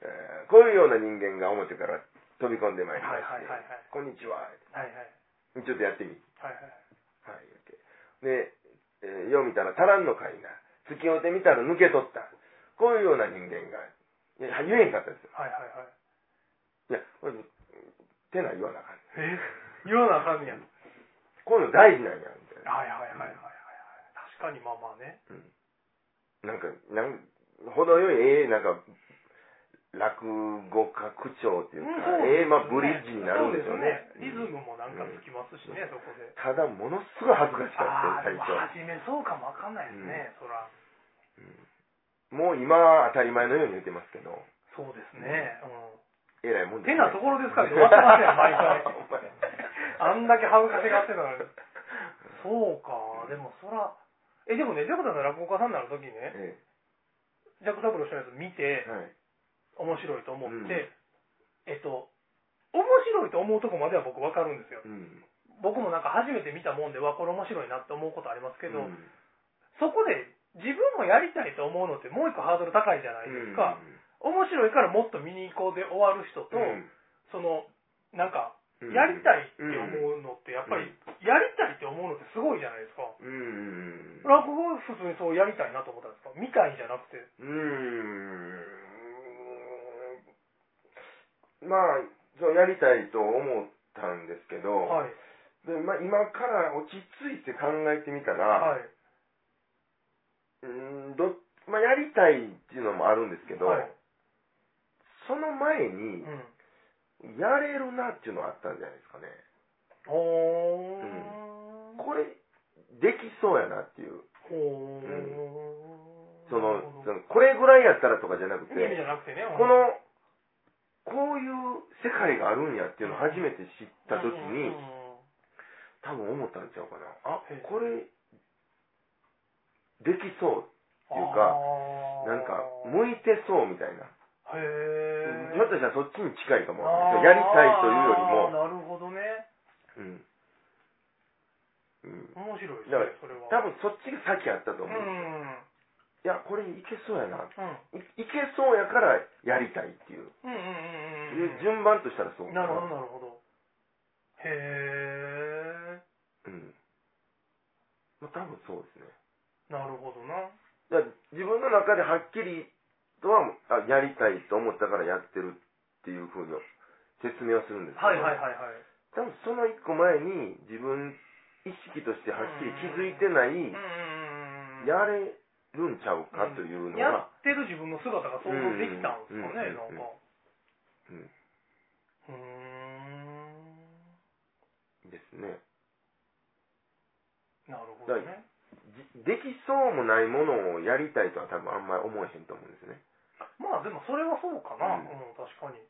[SPEAKER 1] えーこういうような人間が表から飛び込んでまいりまして、
[SPEAKER 2] はいはいはいはい
[SPEAKER 1] こんにちは、
[SPEAKER 2] はいはい。
[SPEAKER 1] ちょっとやってみ、
[SPEAKER 2] はいはい。
[SPEAKER 1] はい、言うてで、えーよう見たら足らんのかいな、突き寄ってみたら抜け取った、こういうような人間が、いや、言えへんかったですよ。
[SPEAKER 2] はいはいは
[SPEAKER 1] い
[SPEAKER 2] い。
[SPEAKER 1] や、これ、手な言わなあかん。
[SPEAKER 2] え言わなあかんねや。はい
[SPEAKER 1] こういうの大事なんや、みたいな。
[SPEAKER 2] はいはいはいはいはい。確かにまあまあね。
[SPEAKER 1] うん。なんか、なん、程よい、ええなんか、落語家口調っていうか、ええまあ、ブリッジになるんですよね。
[SPEAKER 2] そうですよねリズムもなんかつきますしね、そこで。
[SPEAKER 1] ただ、ものすごい恥ずかしかっ
[SPEAKER 2] ああ、
[SPEAKER 1] た
[SPEAKER 2] で
[SPEAKER 1] よ、
[SPEAKER 2] も
[SPEAKER 1] 最
[SPEAKER 2] 初めそうかもわかんないですね、そら。
[SPEAKER 1] 初。もう今は当たり前のように言ってますけど、
[SPEAKER 2] そうですね。う
[SPEAKER 1] え
[SPEAKER 2] ん。
[SPEAKER 1] らいもんです、
[SPEAKER 2] 手なところですからね、終わってません、毎回
[SPEAKER 1] ほん まや。
[SPEAKER 2] あんだけ恥ずかしがってたのに。そうか、でもそら、え、でもね、ジャクさんの落語家さんになるときね、
[SPEAKER 1] え
[SPEAKER 2] ジャクタブロ師匠のやつ見て
[SPEAKER 1] え、はい。
[SPEAKER 2] 面白いと思って、
[SPEAKER 1] うん
[SPEAKER 2] えっと、面白いと思うとこまでは僕わかるんですよ。
[SPEAKER 1] うん。
[SPEAKER 2] 僕もなんか初めて見たもんで、わ、これ面白いなって思うことありますけど、
[SPEAKER 1] うん
[SPEAKER 2] そこで自分もやりたいと思うのってもう一個ハードル高いじゃないですか。、面白いからもっと見に行こうで終わる人と、その、なんか、
[SPEAKER 1] うん
[SPEAKER 2] やりたいって思うのって、やっぱり、やりたいって思うのってすごいじゃないですか。
[SPEAKER 1] うんうん
[SPEAKER 2] 落語は普通にそうやりたいなと思ったんですか見たいじゃなくて。
[SPEAKER 1] うんまあそうやりたいと思ったんですけど、
[SPEAKER 2] はい。
[SPEAKER 1] でまあ、今から落ち着いて考えてみたら、
[SPEAKER 2] はい。
[SPEAKER 1] うんどまあ、やりたいっていうのもあるんですけど、
[SPEAKER 2] はい。
[SPEAKER 1] その前
[SPEAKER 2] う
[SPEAKER 1] に
[SPEAKER 2] ん。
[SPEAKER 1] やれるなっていうのはあったんじゃないですかね
[SPEAKER 2] ほーん。
[SPEAKER 1] これできそうやなっていう
[SPEAKER 2] ほーん。
[SPEAKER 1] そのそ
[SPEAKER 2] なる
[SPEAKER 1] のこれぐらいやったらとかじゃなくて
[SPEAKER 2] ほど意味じゃなくてね。
[SPEAKER 1] この、こういう世界があるんやっていうのを初めて知った時
[SPEAKER 2] うん
[SPEAKER 1] に、多分思ったんちゃうかな。あ
[SPEAKER 2] へえ、
[SPEAKER 1] これ、できそう。ていう、
[SPEAKER 2] あ
[SPEAKER 1] か
[SPEAKER 2] ー
[SPEAKER 1] なんか、向いてそうみたいな。
[SPEAKER 2] へ
[SPEAKER 1] ひ
[SPEAKER 2] ー
[SPEAKER 1] ょっとしたらそっちに近いかもわかんない。やりたいというよりも、
[SPEAKER 2] あーなるほどね。
[SPEAKER 1] うん。うん。
[SPEAKER 2] 面白いです
[SPEAKER 1] だから
[SPEAKER 2] ね、それは。
[SPEAKER 1] 多分そっちが先あったと
[SPEAKER 2] う
[SPEAKER 1] 思う。い
[SPEAKER 2] ん。
[SPEAKER 1] や、これいけそうやな。
[SPEAKER 2] うん。
[SPEAKER 1] いいけそうやからやりたいっていう。
[SPEAKER 2] うんうんうんうんうん。
[SPEAKER 1] 順番としたらそうか
[SPEAKER 2] なるほど、なるほど。へ
[SPEAKER 1] うん。まあ多分そうですね。
[SPEAKER 2] ー、なるほどな。
[SPEAKER 1] だから自分の中ではっきりとはあやりたいと思ったからやってるっていうふうに説明はするんですけど、
[SPEAKER 2] はいはいはいはい。
[SPEAKER 1] 多分その一個前に自分意識としてはっきり気づいてない、
[SPEAKER 2] うんうんうんうん。
[SPEAKER 1] やれるんちゃうかというの
[SPEAKER 2] や
[SPEAKER 1] は、
[SPEAKER 2] ってる自分の姿が想像できたんですか
[SPEAKER 1] う
[SPEAKER 2] ね、
[SPEAKER 1] ん
[SPEAKER 2] なんか。
[SPEAKER 1] うん
[SPEAKER 2] うーん。
[SPEAKER 1] ですね
[SPEAKER 2] なるほどね。
[SPEAKER 1] じできそうもないものをやりたいとは多分あんまり思えへんと思うんですね、
[SPEAKER 2] まあでもそれはそうかな。
[SPEAKER 1] う
[SPEAKER 2] うんん、確かに。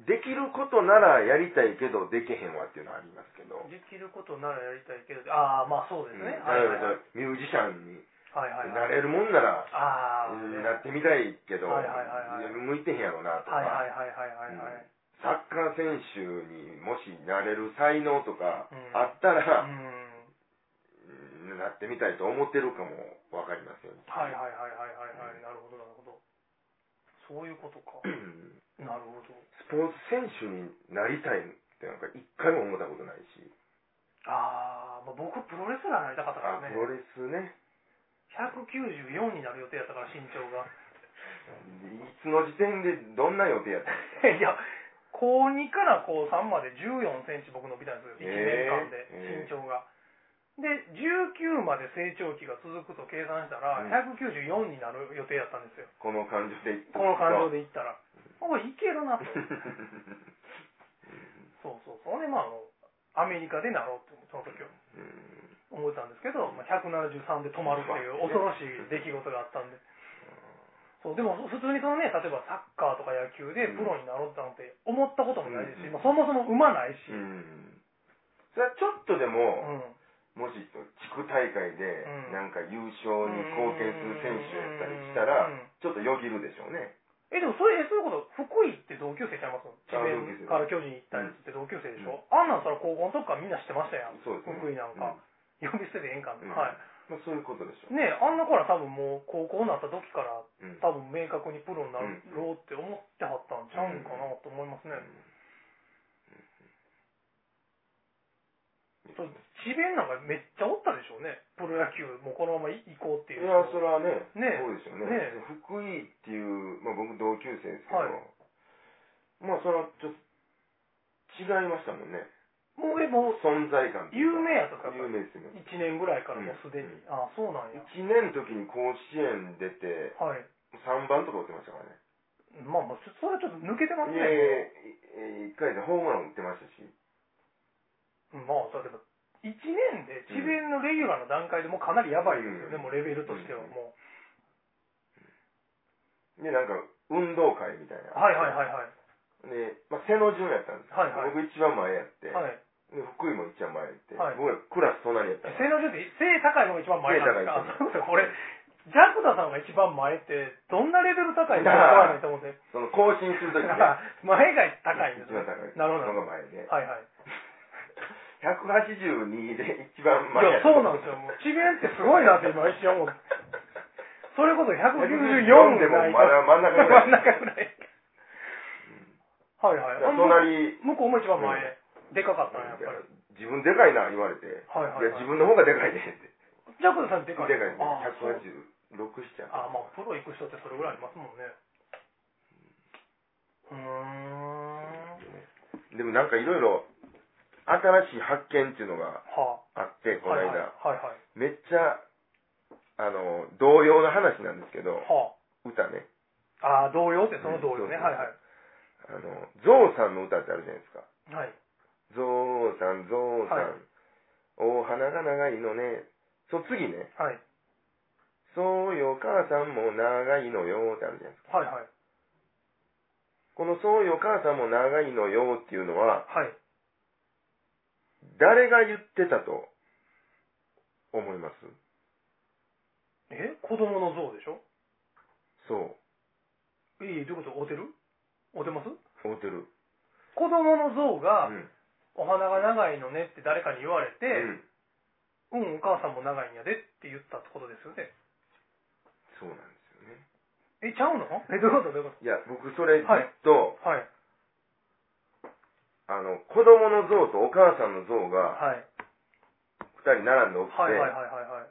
[SPEAKER 1] うん、できることならやりたいけどできへんわっていうのはありますけど、
[SPEAKER 2] できることならやりたいけど、ああ、まあそうで
[SPEAKER 1] う
[SPEAKER 2] す
[SPEAKER 1] ん
[SPEAKER 2] ね。
[SPEAKER 1] 例え
[SPEAKER 2] はいはいはい
[SPEAKER 1] ばミュージシャンに
[SPEAKER 2] はいはい
[SPEAKER 1] な
[SPEAKER 2] はい。
[SPEAKER 1] れるもんなら
[SPEAKER 2] ああ、
[SPEAKER 1] うんなってみたいけど、
[SPEAKER 2] はいはいはいはい
[SPEAKER 1] 向いてへんやろなとか、
[SPEAKER 2] はいはいはいはいはいはい。
[SPEAKER 1] サッカー選手にもしなれる才能とか
[SPEAKER 2] うん
[SPEAKER 1] あった
[SPEAKER 2] う
[SPEAKER 1] ら、う
[SPEAKER 2] ん。
[SPEAKER 1] んなってみたいと思ってるかもわかりますよね。
[SPEAKER 2] はいはいはいはいはいはい、なるほどなるほど。そういうことか。
[SPEAKER 1] うん
[SPEAKER 2] なるほど。
[SPEAKER 1] スポーツ選手になりたいってなんか一回も思ったことないし、
[SPEAKER 2] あー、まあ、僕プロレスラーになりたかった
[SPEAKER 1] あ
[SPEAKER 2] からね
[SPEAKER 1] プ。ロレスね、
[SPEAKER 2] 194になる予定やったから身長が。
[SPEAKER 1] いつの時点でどんな予定やったんですか
[SPEAKER 2] いや、高2から高3まで14センチ僕伸びたんですよ。1年間で
[SPEAKER 1] へーへー
[SPEAKER 2] 身長が。で、19まで成長期が続くと計算したら、194になる予定やったんですよ。
[SPEAKER 1] この感情でいっ
[SPEAKER 2] この感情
[SPEAKER 1] で。
[SPEAKER 2] でいったら。おい、いけるなと。そうそうそう。ほんで、まあ、アメリカでなろうって、その時は。
[SPEAKER 1] うん
[SPEAKER 2] 思ったんですけど、まあ、173で止まるっていう恐ろしい出来事があったんで。そうでも普通にそのね、例えばサッカーとか野球でプロになろうなんて思ったこともないですし、
[SPEAKER 1] うん
[SPEAKER 2] まあ、そもそも生まないし、
[SPEAKER 1] う
[SPEAKER 2] うん
[SPEAKER 1] んそれはちょっとでも、
[SPEAKER 2] う
[SPEAKER 1] もし地区大会で
[SPEAKER 2] うん
[SPEAKER 1] なんか優勝に貢献する選手やったりした
[SPEAKER 2] う
[SPEAKER 1] ら
[SPEAKER 2] ん、
[SPEAKER 1] ちょっとよぎるでしょうね。
[SPEAKER 2] えでもそれえそういうこと、福井って同級生ちゃいます智
[SPEAKER 1] あ同級生
[SPEAKER 2] 弁から巨人行ったやつって同級生でしょ、あんなんそら高校の時からみんな知ってましたやん、
[SPEAKER 1] そうですね。
[SPEAKER 2] 福井なんか、呼び捨てでええんか
[SPEAKER 1] うん
[SPEAKER 2] な、はい
[SPEAKER 1] まあ、そういうことでしょう。
[SPEAKER 2] ねえあんな子ら多分もう高校になった時から
[SPEAKER 1] うん
[SPEAKER 2] 多分明確にプロになろうって思ってはったんちゃうんかなと思いますね、
[SPEAKER 1] うん
[SPEAKER 2] そう智弁なんかめっちゃおったでしょよね。プロ野球、もうこのまま行こうっていう。
[SPEAKER 1] いや、それはね、
[SPEAKER 2] ね
[SPEAKER 1] そうですよね。
[SPEAKER 2] ね
[SPEAKER 1] 福井っていう、まあ僕同級生ですけど、
[SPEAKER 2] はい
[SPEAKER 1] まあそれはちょっと違いましたもんね。
[SPEAKER 2] もう、え、もう、
[SPEAKER 1] 存在感ってい
[SPEAKER 2] 有
[SPEAKER 1] うか。
[SPEAKER 2] 名やったんですか
[SPEAKER 1] 有名ですよね。
[SPEAKER 2] 1年ぐらいからもうすでに、
[SPEAKER 1] うん
[SPEAKER 2] ああそうなんや
[SPEAKER 1] 1年の時に甲子園出て、
[SPEAKER 2] はい
[SPEAKER 1] 3番とか打ってましたからね。
[SPEAKER 2] まあまあそそれはちょっと抜けてます
[SPEAKER 1] い
[SPEAKER 2] ね
[SPEAKER 1] やいやいや、1回でホームラン打ってましたし。
[SPEAKER 2] まあそれでも1年で智弁のレギュラーの段階でもうかなりやばいですよね、
[SPEAKER 1] うん
[SPEAKER 2] もうレベルとしてはもう、
[SPEAKER 1] で、なんか、運動会みたいな。
[SPEAKER 2] はいはいはいはい
[SPEAKER 1] で、まあ、背の順やったんですよ
[SPEAKER 2] はいはい
[SPEAKER 1] 僕一番前やって、
[SPEAKER 2] はい
[SPEAKER 1] で福井も一番前やって、
[SPEAKER 2] はい
[SPEAKER 1] 僕らクラス隣やったんです
[SPEAKER 2] 背の順って背高いのが一番前なんで
[SPEAKER 1] 背
[SPEAKER 2] すか
[SPEAKER 1] 高い
[SPEAKER 2] そうですよこれジャクダさんが一番前ってどんなレベル高いのかわからないと思うんで
[SPEAKER 1] その更新するときね、
[SPEAKER 2] 前が高いんです
[SPEAKER 1] 一番高い
[SPEAKER 2] なるほど
[SPEAKER 1] のが前で、
[SPEAKER 2] はいはい
[SPEAKER 1] 182で一番
[SPEAKER 2] い
[SPEAKER 1] 前
[SPEAKER 2] やそうなんですよもう智弁ってすごいなって今一瞬思ってそれこそ194
[SPEAKER 1] で
[SPEAKER 2] ぐら
[SPEAKER 1] も
[SPEAKER 2] い
[SPEAKER 1] まだ真ん中ぐらい
[SPEAKER 2] 真ん中ぐらい。はいはい。
[SPEAKER 1] だから隣
[SPEAKER 2] 向こうも一番前。でかかったね、やっぱり。
[SPEAKER 1] 自分でかいな言われて、
[SPEAKER 2] はいはい
[SPEAKER 1] や
[SPEAKER 2] はい。
[SPEAKER 1] 自分の方がでかいねって
[SPEAKER 2] ジャクさんで
[SPEAKER 1] で
[SPEAKER 2] か
[SPEAKER 1] か
[SPEAKER 2] い。
[SPEAKER 1] いね
[SPEAKER 2] ああそう
[SPEAKER 1] 186しちゃ
[SPEAKER 2] ああ、
[SPEAKER 1] う
[SPEAKER 2] まあ、プロ行く人ってそれぐらいありますもんね。うーん。
[SPEAKER 1] でもなんかいろいろ新しい発見っていうのが
[SPEAKER 2] は
[SPEAKER 1] あって
[SPEAKER 2] あ。
[SPEAKER 1] この間、
[SPEAKER 2] はいはいはいはい。
[SPEAKER 1] めっちゃあの同様の話なんですけど
[SPEAKER 2] は
[SPEAKER 1] 歌ね
[SPEAKER 2] あ。ああ、同様ってその同様ね。
[SPEAKER 1] うん
[SPEAKER 2] はいはい。
[SPEAKER 1] あのゾウさんの歌ってあるじゃないですか
[SPEAKER 2] はい。
[SPEAKER 1] ゾウさんゾウさん、
[SPEAKER 2] はい
[SPEAKER 1] お花が長いのねそう次ね
[SPEAKER 2] はい。
[SPEAKER 1] そうよお母さんも長いのよってあるじゃないですか
[SPEAKER 2] はいはい。
[SPEAKER 1] このそうよお母さんも長いのよっていうのは
[SPEAKER 2] はい。
[SPEAKER 1] 誰が言ってたと思います
[SPEAKER 2] え子供の像でしょ
[SPEAKER 1] そ
[SPEAKER 2] ええ、どういうことおてるおてます
[SPEAKER 1] うホテル
[SPEAKER 2] 子供の像が、
[SPEAKER 1] うん
[SPEAKER 2] お花が長いのねって誰かに言われて、
[SPEAKER 1] うん
[SPEAKER 2] うん、お母さんも長いんやでって言ったってことですよね。
[SPEAKER 1] そうなんですよね
[SPEAKER 2] え、ちゃうのえ、どういうことどういうこ
[SPEAKER 1] いや僕それずっ
[SPEAKER 2] はい
[SPEAKER 1] と、
[SPEAKER 2] とはい。
[SPEAKER 1] あの子供の像とお母さんの像が、
[SPEAKER 2] はい。
[SPEAKER 1] 二人並んでおって、
[SPEAKER 2] はいはいはいはいは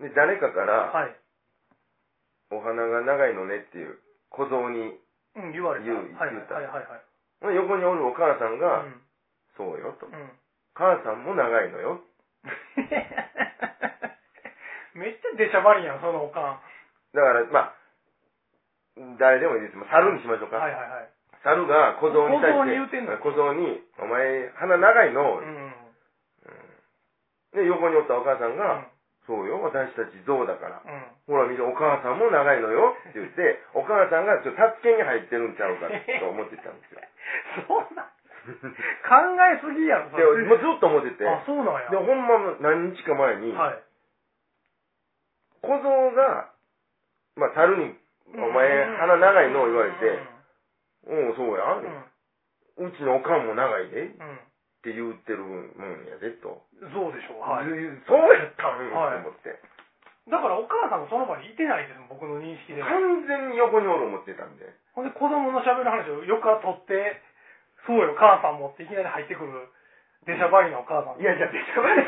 [SPEAKER 2] い。
[SPEAKER 1] で誰かから、
[SPEAKER 2] はい。
[SPEAKER 1] お花が長いのねっていう小僧に、
[SPEAKER 2] うん、言われた。
[SPEAKER 1] 言う
[SPEAKER 2] は
[SPEAKER 1] 言
[SPEAKER 2] い
[SPEAKER 1] うた
[SPEAKER 2] はいはいはい。
[SPEAKER 1] 横におるお母さんが、
[SPEAKER 2] うん。
[SPEAKER 1] そうよと。
[SPEAKER 2] うん。
[SPEAKER 1] 母さんも長いのよ。
[SPEAKER 2] めっちゃ出しゃばりやん、そのおかん。
[SPEAKER 1] だから、まあ、誰でもいいです。まあ猿にしましょうか。
[SPEAKER 2] はいはいはい。
[SPEAKER 1] 猿が小僧に対して、
[SPEAKER 2] 小僧に言うてんの
[SPEAKER 1] 小僧に、お前、鼻長いの、
[SPEAKER 2] うん。
[SPEAKER 1] で、横におったお母さん
[SPEAKER 2] うん
[SPEAKER 1] が、そうよ、私たち象だから。
[SPEAKER 2] うん。
[SPEAKER 1] ほら見て、お母さんも長いのよって言って、お母さんがちょっと助けに入ってるんちゃうかと思ってたんですよ。
[SPEAKER 2] そんな、考えすぎやろ、そ
[SPEAKER 1] で、
[SPEAKER 2] れ
[SPEAKER 1] もうずっと思ってて、
[SPEAKER 2] あ、そうなんや。
[SPEAKER 1] で、ほんま何日か前に、
[SPEAKER 2] はい。
[SPEAKER 1] 小僧が、まあ、猿に、お前、鼻長いのを言われて、うん、そうや、
[SPEAKER 2] うん。
[SPEAKER 1] うちのおかんも長いで、っ
[SPEAKER 2] うん。うん
[SPEAKER 1] て言ってるもんやで、と。
[SPEAKER 2] そうでしょう、はい。
[SPEAKER 1] そうやったん
[SPEAKER 2] はい
[SPEAKER 1] と思って。
[SPEAKER 2] だからお母さんもその場にいてないですもん、僕の認識では。
[SPEAKER 1] 完全に横におる思ってたんで。
[SPEAKER 2] ほんで子供の喋る話を横から取って、そうよ、母さんもっていきなり入ってくる、出しゃばりなお母さん。
[SPEAKER 1] いやいや、でしゃばり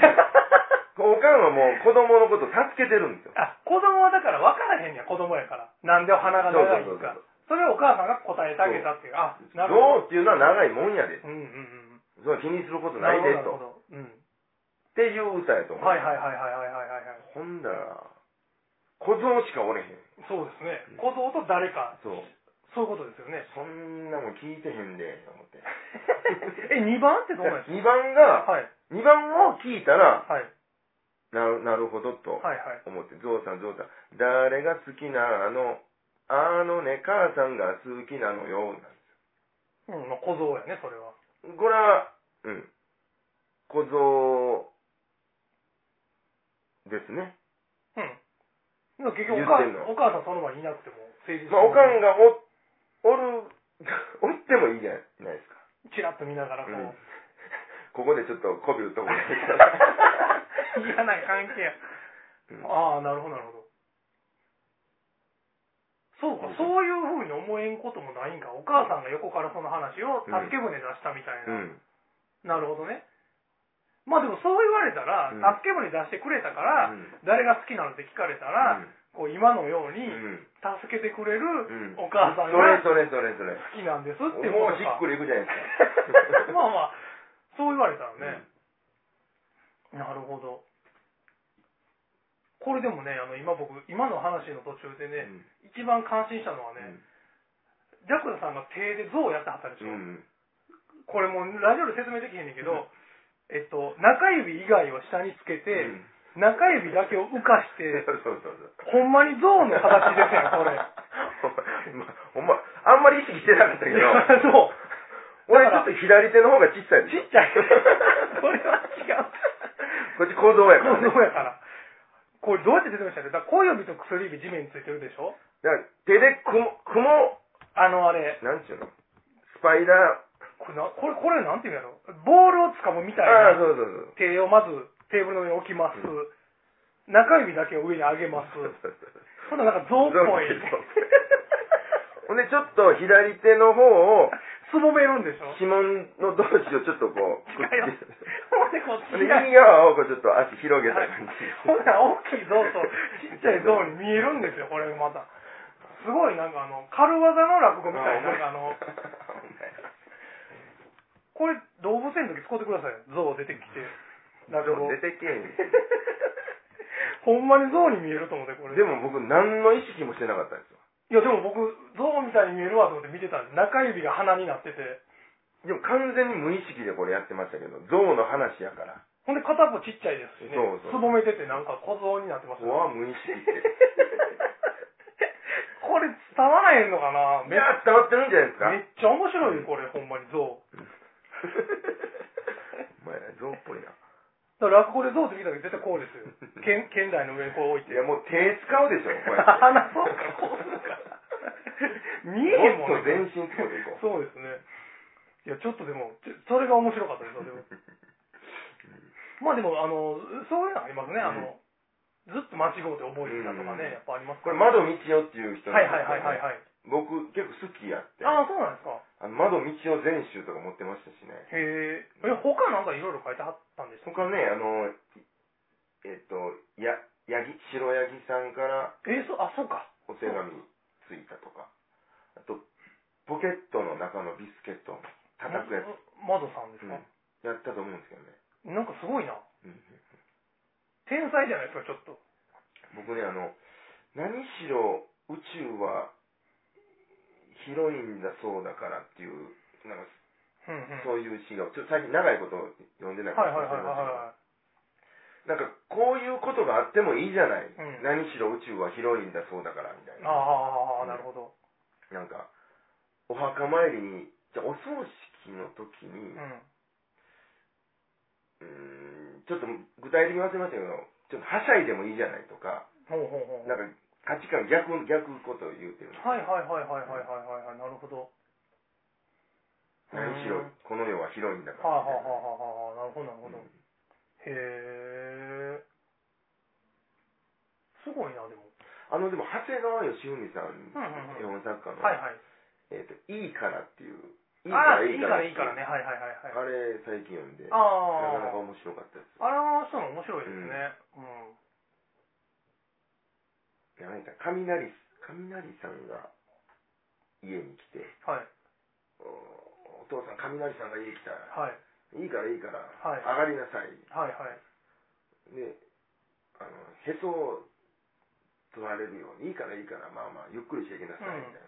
[SPEAKER 1] おかんはもう子供のこと助けてるんですよ。
[SPEAKER 2] あ、子供はだから分からへんねや、子供やから。なんでお花が長いのか。それをお母さんが答えてあげたっていう。あ、なるほど。
[SPEAKER 1] 象っていうのは長いもんやで。
[SPEAKER 2] うんうん
[SPEAKER 1] それは気にすること
[SPEAKER 2] うん。
[SPEAKER 1] ないで、
[SPEAKER 2] るほ
[SPEAKER 1] と。っ
[SPEAKER 2] ど。なる
[SPEAKER 1] ていう歌やと
[SPEAKER 2] ほど
[SPEAKER 1] 思う。
[SPEAKER 2] うん。はいはいはいはいはいはいはい。
[SPEAKER 1] ほんだら、小僧しかおれへん。
[SPEAKER 2] そうですね。子供と誰か、
[SPEAKER 1] そう。
[SPEAKER 2] そういうことですよね。
[SPEAKER 1] そんなもん聞いてへんで、と思 って。
[SPEAKER 2] え、2番ってどうなん です
[SPEAKER 1] 2番が、
[SPEAKER 2] かはい。
[SPEAKER 1] 2番を聞いたら、
[SPEAKER 2] はい。
[SPEAKER 1] なるなるほどと
[SPEAKER 2] はいはい。
[SPEAKER 1] 思って、ゾウさん、ゾウさん、誰が好きなあの、あのね、母さんが好きなのよ。
[SPEAKER 2] うん、まあ、小僧やね、それは。
[SPEAKER 1] これは、うん、小僧ですね。
[SPEAKER 2] うん。でも結局お母
[SPEAKER 1] 言ってんの
[SPEAKER 2] お母さんその場にいなくても成立
[SPEAKER 1] まあ、おかん
[SPEAKER 2] が。
[SPEAKER 1] がお、おる、 おってもいいじゃないですか。
[SPEAKER 2] チラッと見ながらこう。
[SPEAKER 1] うん ここでちょっと媚び打っとこう
[SPEAKER 2] 嫌な関係や。
[SPEAKER 1] うん
[SPEAKER 2] ああ、なるほど、なるほど。そうか、そういうふうに思えんこともないんか。お母さんが横からその話を助け舟出したみたいな。
[SPEAKER 1] うん。
[SPEAKER 2] なるほどね。まあでもそう言われたら、
[SPEAKER 1] うん
[SPEAKER 2] 助け舟出してくれたから、
[SPEAKER 1] うん
[SPEAKER 2] 誰が好きなのって聞かれたら、こう今のよう
[SPEAKER 1] う
[SPEAKER 2] に、
[SPEAKER 1] ん
[SPEAKER 2] 助けてくれる
[SPEAKER 1] うん
[SPEAKER 2] お母さん
[SPEAKER 1] それ
[SPEAKER 2] が好
[SPEAKER 1] それそれそれ
[SPEAKER 2] きなんですって
[SPEAKER 1] も
[SPEAKER 2] こ
[SPEAKER 1] う
[SPEAKER 2] と
[SPEAKER 1] し
[SPEAKER 2] か
[SPEAKER 1] っくりいくじ ゃないですか
[SPEAKER 2] まあまあ、そう言われたらね、なるほど。これでもね、あの今僕、今の話の途中で
[SPEAKER 1] う
[SPEAKER 2] ね、
[SPEAKER 1] ん
[SPEAKER 2] 一番感心したのはね、ジャクダさんが手で像をやってはったでし
[SPEAKER 1] う
[SPEAKER 2] ょ。
[SPEAKER 1] ん
[SPEAKER 2] これもうラジオで説明できへんねんけど、えっと、中指以外を下につけて、
[SPEAKER 1] うん
[SPEAKER 2] 中指だけを浮かし
[SPEAKER 1] そう
[SPEAKER 2] て、
[SPEAKER 1] そうそうそう
[SPEAKER 2] ほんまに像の形ですやん、こ れ。
[SPEAKER 1] ほんま、あんまり意識してなかったけど
[SPEAKER 2] い、や そう。
[SPEAKER 1] 俺ちょっと左手の方がちっちゃいで
[SPEAKER 2] ち
[SPEAKER 1] しょ
[SPEAKER 2] っちゃい。 それは違う。
[SPEAKER 1] こっち構造やから、ね。
[SPEAKER 2] そうやから。これどうやって出てましたっけだから小指と薬指地面についてるでしょ
[SPEAKER 1] だから手で雲、雲、
[SPEAKER 2] あのあれ、
[SPEAKER 1] なんちゅうのスパイダー、
[SPEAKER 2] これな、これ、これなんていうんやろボールを掴むみたい
[SPEAKER 1] ああ、
[SPEAKER 2] な
[SPEAKER 1] そうそうそう。
[SPEAKER 2] 手をまずテーブルの上に置きます。中指だけを上に上げます。そんななんか象っぽい。
[SPEAKER 1] ほんで、ちょっと左手の方を、
[SPEAKER 2] すぼめるんでしょ
[SPEAKER 1] 指紋の同士をちょっとこう、
[SPEAKER 2] 近いよ。ほんでこっち
[SPEAKER 1] ほんで
[SPEAKER 2] が
[SPEAKER 1] 右側をこうちょっと足広げた
[SPEAKER 2] はい
[SPEAKER 1] 感じ。
[SPEAKER 2] ほんなら大きい像とちっちゃい像に見えるんですよ、これまた。すごいなんかあの、軽技の落語みたいな、なんかあの、これ動物園の時使ってくださいよ。象出てきて。落 語。
[SPEAKER 1] 出てけえへん。
[SPEAKER 2] ほんまに象に見えると思って、これ。
[SPEAKER 1] でも僕、何の意識もしてなかったんですよ。
[SPEAKER 2] いや、でも僕、象みたいに見えるわと思って見てたんです。中指が鼻になってて。
[SPEAKER 1] でも完全に無意識でこれやってましたけど、象の話やから。
[SPEAKER 2] ほんで片っぽちっちゃいですしね。
[SPEAKER 1] そうそう
[SPEAKER 2] すぼめててなんか小僧になってました
[SPEAKER 1] 怖
[SPEAKER 2] ね。
[SPEAKER 1] は 無意識って。
[SPEAKER 2] これ伝わらへんのかなめ
[SPEAKER 1] いや、伝わってるんじゃないですか
[SPEAKER 2] めっちゃ面白いよ、これ、ほんまに 象。
[SPEAKER 1] お前、象っぽ いな。
[SPEAKER 2] だから落語で象出てきた時絶対こうですよ。剣剣台の上にこう置い
[SPEAKER 1] い
[SPEAKER 2] て。
[SPEAKER 1] や、もう手使うでしょ、こ うやって。
[SPEAKER 2] 鼻そうか、こうす るか。見えへんもん
[SPEAKER 1] もっと全身使うでいこう。
[SPEAKER 2] そうですね。いや、ちょっとでも、ちょそれが面白かったです、 でも。まあでも、あの、そういうのありますね。あの、ずっと間違うて覚えてたとか
[SPEAKER 1] うん
[SPEAKER 2] ね、やっぱあります
[SPEAKER 1] これ、
[SPEAKER 2] ま
[SPEAKER 1] 窓道夫っていう人
[SPEAKER 2] はいはいはいはい
[SPEAKER 1] い。
[SPEAKER 2] はい。
[SPEAKER 1] 僕、結構好きやって。
[SPEAKER 2] ああ、そうなんですか。
[SPEAKER 1] あの窓道夫全集とか持ってましたしね。
[SPEAKER 2] へえ。え、他なんかいろいろ書いてはったんでしたっけ
[SPEAKER 1] 他ね、あの、えっと、や、ヤギ、白ヤギさんから
[SPEAKER 2] えー、そう、あ、そうか。
[SPEAKER 1] お手紙ついたとか、あと、ポケットの中のビスケットを叩くやつ、
[SPEAKER 2] ま窓さんですか、
[SPEAKER 1] やったと思うんですけどね。
[SPEAKER 2] なんかすごいな。
[SPEAKER 1] うん
[SPEAKER 2] 天才じゃないですか、ちょっと。
[SPEAKER 1] 僕ね、あの、何しろ宇宙は広いんだそうだからっていう、なんか
[SPEAKER 2] うんうん。
[SPEAKER 1] そういう詩が、ちょっと最近長いこと読んでないか
[SPEAKER 2] はい
[SPEAKER 1] ら
[SPEAKER 2] はいはい
[SPEAKER 1] 忘れましたけど
[SPEAKER 2] は
[SPEAKER 1] なんかこういうことがあってもいいじゃない。
[SPEAKER 2] うん
[SPEAKER 1] 何しろ宇宙は広いんだそうだからみたい
[SPEAKER 2] い。
[SPEAKER 1] な。
[SPEAKER 2] ああ、なるほど。
[SPEAKER 1] なんか、お墓参りに、じゃあお葬式の時
[SPEAKER 2] う
[SPEAKER 1] に、
[SPEAKER 2] ん。
[SPEAKER 1] うーんちょっと具体的に忘れましたけど、ちょっとはしゃいでもいいじゃないとか、
[SPEAKER 2] ほうほうほう。
[SPEAKER 1] なんか価値観逆、逆ことを言うてる。
[SPEAKER 2] はいはいはいはいはいはいはいなるほど。
[SPEAKER 1] 何しろ
[SPEAKER 2] うん
[SPEAKER 1] この世は広いんだか
[SPEAKER 2] はあ、は
[SPEAKER 1] ら
[SPEAKER 2] あはあはあはあ、なるほどなるほど。
[SPEAKER 1] うん
[SPEAKER 2] へえ。すごいなでも。
[SPEAKER 1] あのでも長谷川義文さん、
[SPEAKER 2] うんうんう
[SPEAKER 1] 絵本
[SPEAKER 2] ん
[SPEAKER 1] 作家の、
[SPEAKER 2] はいはい。
[SPEAKER 1] えっ、と、いいからっていう、いい
[SPEAKER 2] ああいいからいい
[SPEAKER 1] か
[SPEAKER 2] から
[SPEAKER 1] ら
[SPEAKER 2] ねはいはいはい
[SPEAKER 1] あ
[SPEAKER 2] はい。あ
[SPEAKER 1] れ最近読んで、なかなか
[SPEAKER 2] あ
[SPEAKER 1] 面白かったで
[SPEAKER 2] あの人も面白いですね。うん。
[SPEAKER 1] す。なんか雷、雷さんが家に来て、
[SPEAKER 2] はい
[SPEAKER 1] おお父さん雷さんが家に来た。
[SPEAKER 2] はい
[SPEAKER 1] いいからいいから、
[SPEAKER 2] はい
[SPEAKER 1] 上がりなさい。
[SPEAKER 2] はいはい。
[SPEAKER 1] で、あの、へそを取られるように、いいからいいから、まあまあ、ゆっくりしていきなさい、みたい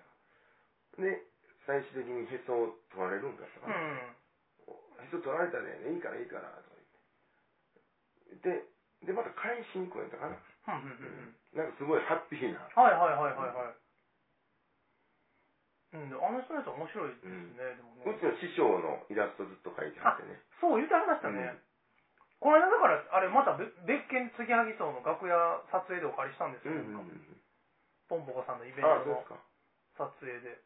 [SPEAKER 1] な。で、最終的にへそを取られるんかと
[SPEAKER 2] う
[SPEAKER 1] か、
[SPEAKER 2] ん。
[SPEAKER 1] へそ取られたね、いいからいいから、とか言って。で、で、また返しに来るんだかな。
[SPEAKER 2] ふんふんふんふん。
[SPEAKER 1] なんかすごいハッピーな。
[SPEAKER 2] はいはいはいはいはい。うん、あの人のやつ面白いですね、でもね
[SPEAKER 1] うちの師匠のイラストずっと描いてあってね。
[SPEAKER 2] そう言ってはりましたね、この間だからあれまた別別件継ぎはぎ荘の楽屋撮影でお借りしたんです
[SPEAKER 1] う
[SPEAKER 2] よ、
[SPEAKER 1] んうんうんうん。
[SPEAKER 2] ポンポコさんのイベン
[SPEAKER 1] ああ、
[SPEAKER 2] ト
[SPEAKER 1] そうで
[SPEAKER 2] の
[SPEAKER 1] すか。
[SPEAKER 2] 撮影で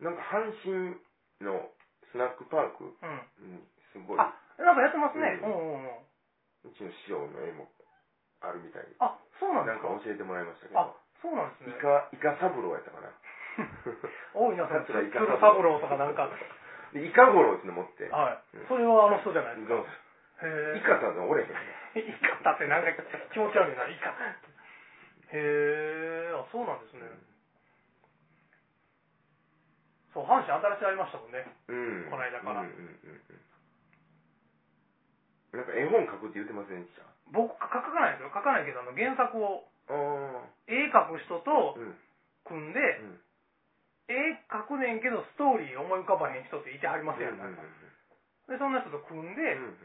[SPEAKER 1] なんか阪神のスナックパーク、
[SPEAKER 2] うん
[SPEAKER 1] うん、すごい。
[SPEAKER 2] あなんかやってますね、う
[SPEAKER 1] うん
[SPEAKER 2] ん、うんうん
[SPEAKER 1] うちの師匠の絵もあるみたいに。
[SPEAKER 2] あそうなんで
[SPEAKER 1] なん
[SPEAKER 2] す
[SPEAKER 1] か
[SPEAKER 2] か
[SPEAKER 1] 教えてもらいましたけ
[SPEAKER 2] あ
[SPEAKER 1] ど。
[SPEAKER 2] そうなんです
[SPEAKER 1] イ
[SPEAKER 2] ね
[SPEAKER 1] カ、イカサブローやったかな。
[SPEAKER 2] 多いなその
[SPEAKER 1] 桂
[SPEAKER 2] 鶴
[SPEAKER 1] イカ
[SPEAKER 2] 三郎とかなんかは
[SPEAKER 1] でイカゴローっての持って。
[SPEAKER 2] い
[SPEAKER 1] うん
[SPEAKER 2] それはあの人じゃないですか
[SPEAKER 1] どう
[SPEAKER 2] へえ
[SPEAKER 1] イカさんの折れへん。
[SPEAKER 2] イカタってなんか気持ち悪いな、イカタって。へえ、あ、そうなんですね。そう、阪神新しいありましたもんね。
[SPEAKER 1] うん。
[SPEAKER 2] この間から
[SPEAKER 1] うんうんうんうん。なんか絵本書くって言ってませんでした
[SPEAKER 2] 僕、書かないですよ。書かないけど、あの、原作を、
[SPEAKER 1] ああ。
[SPEAKER 2] 絵描く人と
[SPEAKER 1] うん。うん。
[SPEAKER 2] 組んで、絵描くねんけど、ストーリー思い浮かばへん人っていてはります
[SPEAKER 1] うん
[SPEAKER 2] よ
[SPEAKER 1] うんうん
[SPEAKER 2] ね。で、そんな人と組んで、
[SPEAKER 1] うん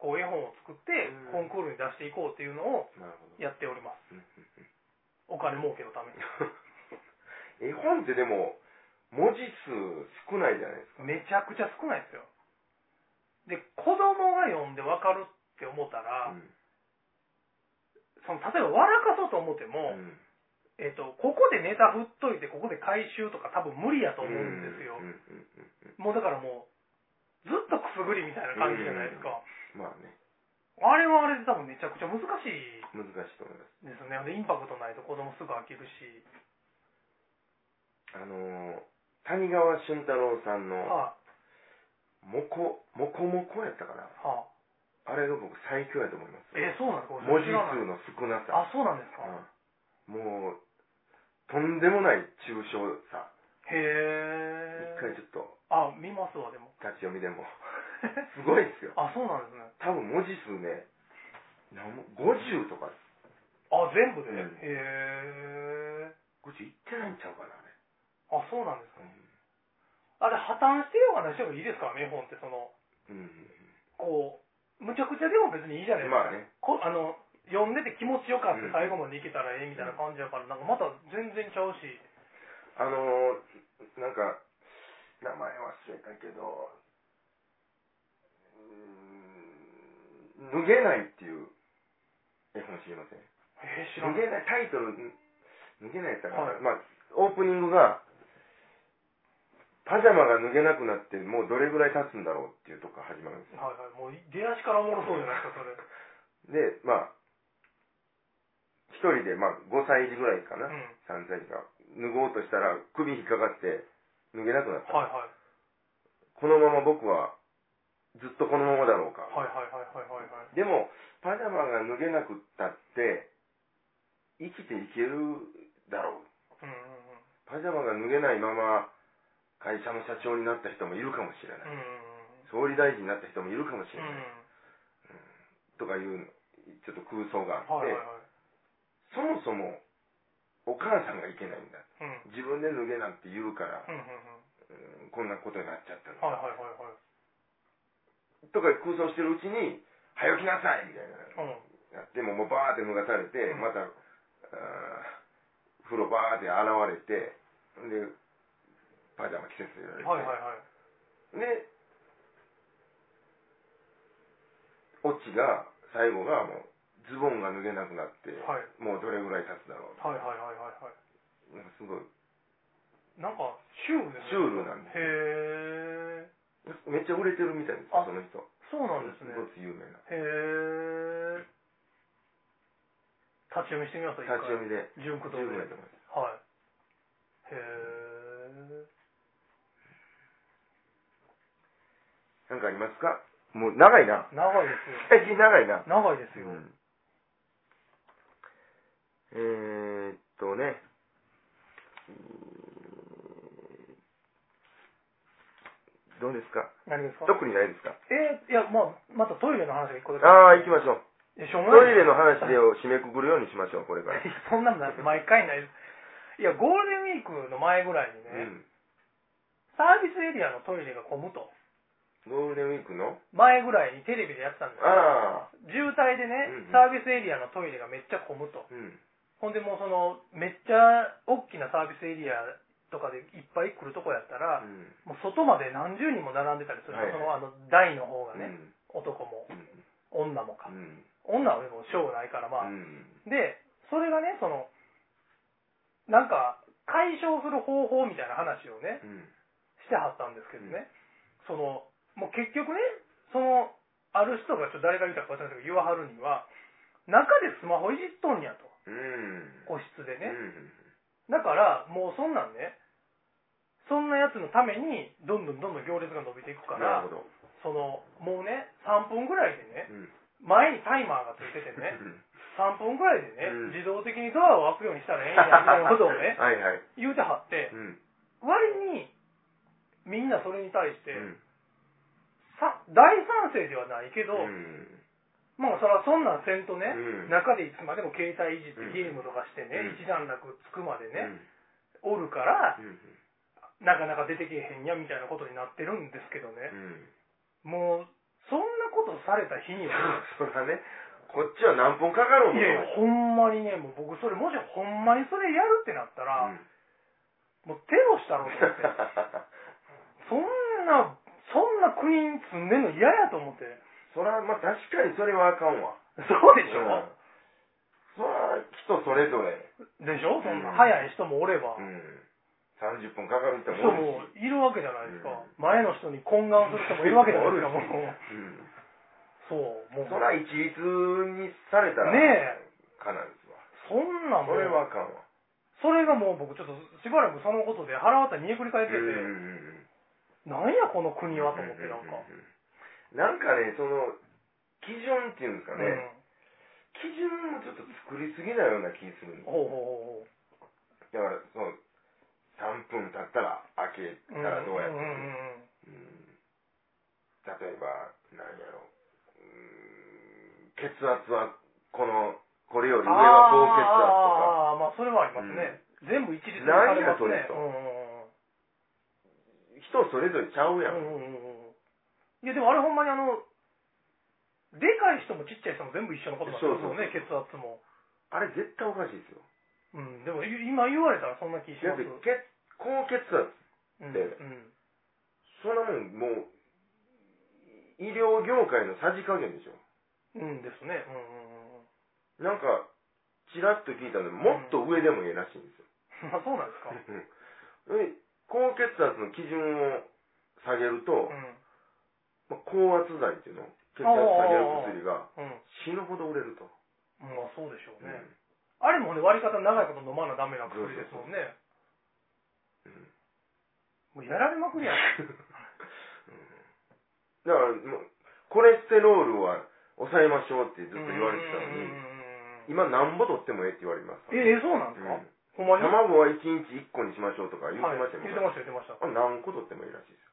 [SPEAKER 2] こう、絵本を作って
[SPEAKER 1] うん、
[SPEAKER 2] コンクールに出していこうっていうのを
[SPEAKER 1] うんなるほど。
[SPEAKER 2] やっております。
[SPEAKER 1] うんうん
[SPEAKER 2] お金儲けのために。
[SPEAKER 1] 絵本ってでも、文字数少ないじゃないですか。
[SPEAKER 2] めちゃくちゃ少ないですよで子供が読んで分かるって思ったら、
[SPEAKER 1] うん
[SPEAKER 2] その例えば笑かそうと思っても、
[SPEAKER 1] うん
[SPEAKER 2] えっとここでネタ振っといてここで回収とか多分無理やと思うんですよ、
[SPEAKER 1] うんうんうんうん
[SPEAKER 2] もうだからもうずっとくすぐりみたいな感じじゃないですか、
[SPEAKER 1] まあね、
[SPEAKER 2] あれはあれで多分めちゃくちゃ難しい
[SPEAKER 1] 難しいと思います。
[SPEAKER 2] ですねでインパクトないと子供すぐ飽きるし、
[SPEAKER 1] あのー、谷川俊太郎さんの、
[SPEAKER 2] は
[SPEAKER 1] もこ、もこもこやったかな。
[SPEAKER 2] あはあ、
[SPEAKER 1] あれが僕最強やと思います。
[SPEAKER 2] えそうなんですか
[SPEAKER 1] 文字
[SPEAKER 2] 知らない
[SPEAKER 1] 数の少なさ。
[SPEAKER 2] あそうなんですか、
[SPEAKER 1] うんもう、とんでもない抽象さ。
[SPEAKER 2] へ
[SPEAKER 1] 一
[SPEAKER 2] え
[SPEAKER 1] 回ちょっと
[SPEAKER 2] あ見ますわでも
[SPEAKER 1] 立ち読みでも。すごいですよ。
[SPEAKER 2] あそうなんですね
[SPEAKER 1] 多分文字数ね、なんも50とか、
[SPEAKER 2] あ、全部で、
[SPEAKER 1] うん
[SPEAKER 2] へえ。
[SPEAKER 1] 50いってないんちゃうかな、あれ。
[SPEAKER 2] あ、そうなんですか。あれ、破綻してようが何してもいいですからね、絵本って、その、
[SPEAKER 1] うん。うん
[SPEAKER 2] こう、むちゃくちゃでも別にいいじゃないですか。
[SPEAKER 1] まあね
[SPEAKER 2] こあの、読んでて気持ちよかっ
[SPEAKER 1] う
[SPEAKER 2] て
[SPEAKER 1] ん
[SPEAKER 2] 最後までいけたらええみたいな感じやから、なんかまた全然ちゃうし。
[SPEAKER 1] あのー、なんか、名前忘れたけど、うーん脱げないっていう絵本知りません
[SPEAKER 2] えー、知ら
[SPEAKER 1] 脱
[SPEAKER 2] な
[SPEAKER 1] げ
[SPEAKER 2] い。
[SPEAKER 1] ない、タイトル、ん脱げないやったかな、
[SPEAKER 2] はい
[SPEAKER 1] まあ、オープニングが、パジャマが脱げなくなって、もうどれぐらい経つんだろうっていうとこから始まるんですよ。
[SPEAKER 2] はいはい。もう、出足からおもろそうじゃないですか、それ。
[SPEAKER 1] で、まあ、一人で、まあ、5歳児ぐらいかな、
[SPEAKER 2] うん。
[SPEAKER 1] 3歳児が、脱ごうとしたら、首引っかかって、脱げなくなった。
[SPEAKER 2] はいはい。
[SPEAKER 1] このまま僕は、ずっとこのままだろうか。
[SPEAKER 2] はいはいはいはいはいはい。
[SPEAKER 1] でも、パジャマが脱げなくったって、生きていけるだろう。
[SPEAKER 2] うんうん
[SPEAKER 1] パジャマが脱げないまま会社の社長になった人もいるかもしれない、
[SPEAKER 2] うん。う
[SPEAKER 1] 総
[SPEAKER 2] ん
[SPEAKER 1] 理大臣になった人もいるかもし
[SPEAKER 2] う
[SPEAKER 1] れ
[SPEAKER 2] んう
[SPEAKER 1] ない、と
[SPEAKER 2] ん。うん。
[SPEAKER 1] かいうちょっと空想があっ
[SPEAKER 2] はいはい
[SPEAKER 1] て、
[SPEAKER 2] はい。
[SPEAKER 1] そもそもお母さんがいけないんだ
[SPEAKER 2] うん。
[SPEAKER 1] 自分で脱げなんて言うから、
[SPEAKER 2] うんうんう
[SPEAKER 1] う
[SPEAKER 2] ん。
[SPEAKER 1] んこんなことになっちゃったの、
[SPEAKER 2] はいはいはい
[SPEAKER 1] とか空想してるうちに「早起きなさい!」みたいな
[SPEAKER 2] はい。うん。
[SPEAKER 1] やってもうもうバーって脱がされて、
[SPEAKER 2] うん
[SPEAKER 1] またあー風呂バーって現れてでパジャマ着せせられて、
[SPEAKER 2] はいはいはい。
[SPEAKER 1] で、オチが、最後がもう、ズボンが脱げなくなって、
[SPEAKER 2] はい。
[SPEAKER 1] もうどれぐらい経つだろ
[SPEAKER 2] はいはいはいはいは
[SPEAKER 1] う。なんかすごい、
[SPEAKER 2] い。なんかシュールですね。
[SPEAKER 1] シュールなんで
[SPEAKER 2] へえ。
[SPEAKER 1] めっちゃ売れてるみたいです
[SPEAKER 2] あ
[SPEAKER 1] よ、その人。
[SPEAKER 2] そうなんですね。
[SPEAKER 1] ごつ有名な。
[SPEAKER 2] へえ。立ち読みしてみます。
[SPEAKER 1] 立ち読みで、
[SPEAKER 2] み。純駆動
[SPEAKER 1] 十分や
[SPEAKER 2] で。
[SPEAKER 1] と思います。
[SPEAKER 2] はい。へえ。
[SPEAKER 1] なんかありますかもう長いな。
[SPEAKER 2] 長いですよ。
[SPEAKER 1] 最近長いな。
[SPEAKER 2] 長いですよ。
[SPEAKER 1] うんえーっとね、うーんどうですか
[SPEAKER 2] 何ですか
[SPEAKER 1] 特にないですか
[SPEAKER 2] えー、いや、まあ、またトイレの話が一個だけ。
[SPEAKER 1] ああ、行きましょう。
[SPEAKER 2] えしょうも
[SPEAKER 1] ト
[SPEAKER 2] ない
[SPEAKER 1] イレの話でを締めくくるようにしましょう、これ から。
[SPEAKER 2] いやそんなのなんて毎回ないです。いや、ゴールデンウィークの前ぐらいにね、
[SPEAKER 1] うん。
[SPEAKER 2] サービスエリアのトイレが混むと。
[SPEAKER 1] ゴールデンウィークの
[SPEAKER 2] 前ぐらいにテレビでやってたんですよ
[SPEAKER 1] ああ。
[SPEAKER 2] 渋滞で
[SPEAKER 1] うん
[SPEAKER 2] ね
[SPEAKER 1] うん、
[SPEAKER 2] サービスエリアのトイレがめっちゃ混むと。
[SPEAKER 1] うん。
[SPEAKER 2] ほんでもうその、めっちゃ大きなサービスエリアとかでいっぱい来るとこやったら、もう外まで何十人も並んでたりする、
[SPEAKER 1] はい
[SPEAKER 2] そのあの台の方が
[SPEAKER 1] うん。う
[SPEAKER 2] ね、
[SPEAKER 1] ん。
[SPEAKER 2] 男も
[SPEAKER 1] うん。
[SPEAKER 2] 女もか
[SPEAKER 1] う。ん。
[SPEAKER 2] 女はでもしょうがないからまあ。
[SPEAKER 1] うん
[SPEAKER 2] で、それがね、その、なんか、解消する方法みたいな話をね、
[SPEAKER 1] うん。
[SPEAKER 2] してはったんですけどね、その、もう結局ね、その、ある人が、ちょっと誰が言ったか忘れたけど、言わはるには、中でスマホいじっとんやと、
[SPEAKER 1] うん。
[SPEAKER 2] 個室で
[SPEAKER 1] う
[SPEAKER 2] ね。
[SPEAKER 1] ん。
[SPEAKER 2] だから、もうそんなんね、そんなやつのために、どんどんどんどん行列が伸びていくか
[SPEAKER 1] な
[SPEAKER 2] ら
[SPEAKER 1] るほ、ど。
[SPEAKER 2] そのもうね3分ぐらいでね
[SPEAKER 1] うん。
[SPEAKER 2] 前にタイマーがついててね3分ぐらいでね、
[SPEAKER 1] うん
[SPEAKER 2] 自動的にドアを開くようにしたら ええんやみたいなことをね
[SPEAKER 1] はいはい。
[SPEAKER 2] 言うてはって
[SPEAKER 1] うん。
[SPEAKER 2] 割にみんなそれに対して、
[SPEAKER 1] うん
[SPEAKER 2] さ大賛成ではないけど、
[SPEAKER 1] うん。
[SPEAKER 2] まあそらそんなんせんとね、
[SPEAKER 1] うん
[SPEAKER 2] 中でいつまでも携帯いじって
[SPEAKER 1] うん
[SPEAKER 2] ゲームとかしてね、
[SPEAKER 1] うん
[SPEAKER 2] 一段落つくまで
[SPEAKER 1] う
[SPEAKER 2] ね、
[SPEAKER 1] ん。
[SPEAKER 2] おるから
[SPEAKER 1] うん。
[SPEAKER 2] なかなか出てけえへんやみたいなことになってるんですけど
[SPEAKER 1] う
[SPEAKER 2] ね、
[SPEAKER 1] ん。
[SPEAKER 2] もうそんなことされた日には
[SPEAKER 1] そらね、こっちは何分かかる
[SPEAKER 2] い
[SPEAKER 1] もん。
[SPEAKER 2] やいやほんまにねもう僕それもしほんまにそれやるってなったら、
[SPEAKER 1] うん
[SPEAKER 2] もうテロしたろうと思ってそんなそんな国に住んでんの嫌やと思って
[SPEAKER 1] そら、まあ確かにそれはあかんわ。
[SPEAKER 2] そうでし
[SPEAKER 1] う
[SPEAKER 2] ょ
[SPEAKER 1] ん、そら、人それぞれ。
[SPEAKER 2] でしょそん
[SPEAKER 1] う
[SPEAKER 2] なん早い人もおれば、
[SPEAKER 1] うん。30分かかる人
[SPEAKER 2] そう
[SPEAKER 1] もおる
[SPEAKER 2] も
[SPEAKER 1] し。
[SPEAKER 2] ういるわけじゃないですか、
[SPEAKER 1] うん
[SPEAKER 2] 前の人に懇願する人もいるわけじゃないですかもう
[SPEAKER 1] うん。
[SPEAKER 2] そうもう
[SPEAKER 1] そら、一律にされたら、
[SPEAKER 2] ねえ
[SPEAKER 1] かなんですわ。
[SPEAKER 2] そんなん
[SPEAKER 1] そ
[SPEAKER 2] もう
[SPEAKER 1] れはあかんわ。
[SPEAKER 2] それがもう僕ちょっとしばらくそのことで腹渡煮えくり返ってて、
[SPEAKER 1] ん。
[SPEAKER 2] なんやこの国はと思ってなんか、
[SPEAKER 1] うううん。なんかね、その、基準っていうんですかね、基準もちょっと作りすぎないような気するん
[SPEAKER 2] う
[SPEAKER 1] で
[SPEAKER 2] ん
[SPEAKER 1] す
[SPEAKER 2] ほうほうほうほう
[SPEAKER 1] だから、その、3分経ったら開けたらどうやって、
[SPEAKER 2] んんんうん
[SPEAKER 1] うん例えば、なんやろうん、血圧は、この、これより上は高血圧とか、
[SPEAKER 2] あーあーあーまあそれはありますね、全部一律にされますね
[SPEAKER 1] 何やそれと
[SPEAKER 2] うん
[SPEAKER 1] 人それぞれちゃうやん。
[SPEAKER 2] うんうんうんうんうんいやでもあれほんまにあのでかい人もちっちゃい人も全部一緒のことなんですよね
[SPEAKER 1] そう
[SPEAKER 2] 血圧も
[SPEAKER 1] あれ絶対おかしいですよ。
[SPEAKER 2] うんでもい今言われたらそんな気し
[SPEAKER 1] だっ
[SPEAKER 2] ます
[SPEAKER 1] て、血高血圧、
[SPEAKER 2] うん
[SPEAKER 1] で
[SPEAKER 2] うん
[SPEAKER 1] そんなもん、もう、医療業界のさじ加減でしょ。
[SPEAKER 2] うんですねう
[SPEAKER 1] な
[SPEAKER 2] んうんうんうん
[SPEAKER 1] んか、ちらっと聞いたのもっと上でもいいらしいんですよ。
[SPEAKER 2] まあそうなんですか
[SPEAKER 1] で高血圧の基準を下げると、
[SPEAKER 2] う
[SPEAKER 1] まあ高圧剤っていうの血圧下げる薬が
[SPEAKER 2] んうん
[SPEAKER 1] 死ぬほど売れると。
[SPEAKER 2] まあそうでしょう
[SPEAKER 1] うん
[SPEAKER 2] ね、あれもね割り方長いこと飲まなダメな薬ですもんね
[SPEAKER 1] うん
[SPEAKER 2] もうやられまく りやん
[SPEAKER 1] だからもう、コレステロールは抑えましょうってずっと言われてたの
[SPEAKER 2] うんうん
[SPEAKER 1] に、
[SPEAKER 2] うんうん
[SPEAKER 1] 今なんぼ取ってもええって言われますから。
[SPEAKER 2] ええそうなんですか、
[SPEAKER 1] うん
[SPEAKER 2] ほんまに
[SPEAKER 1] 卵は1日1個にしましょうとか言ってましたよ、
[SPEAKER 2] はい、言ってました言ってました
[SPEAKER 1] あ何個取ってもいいらしいです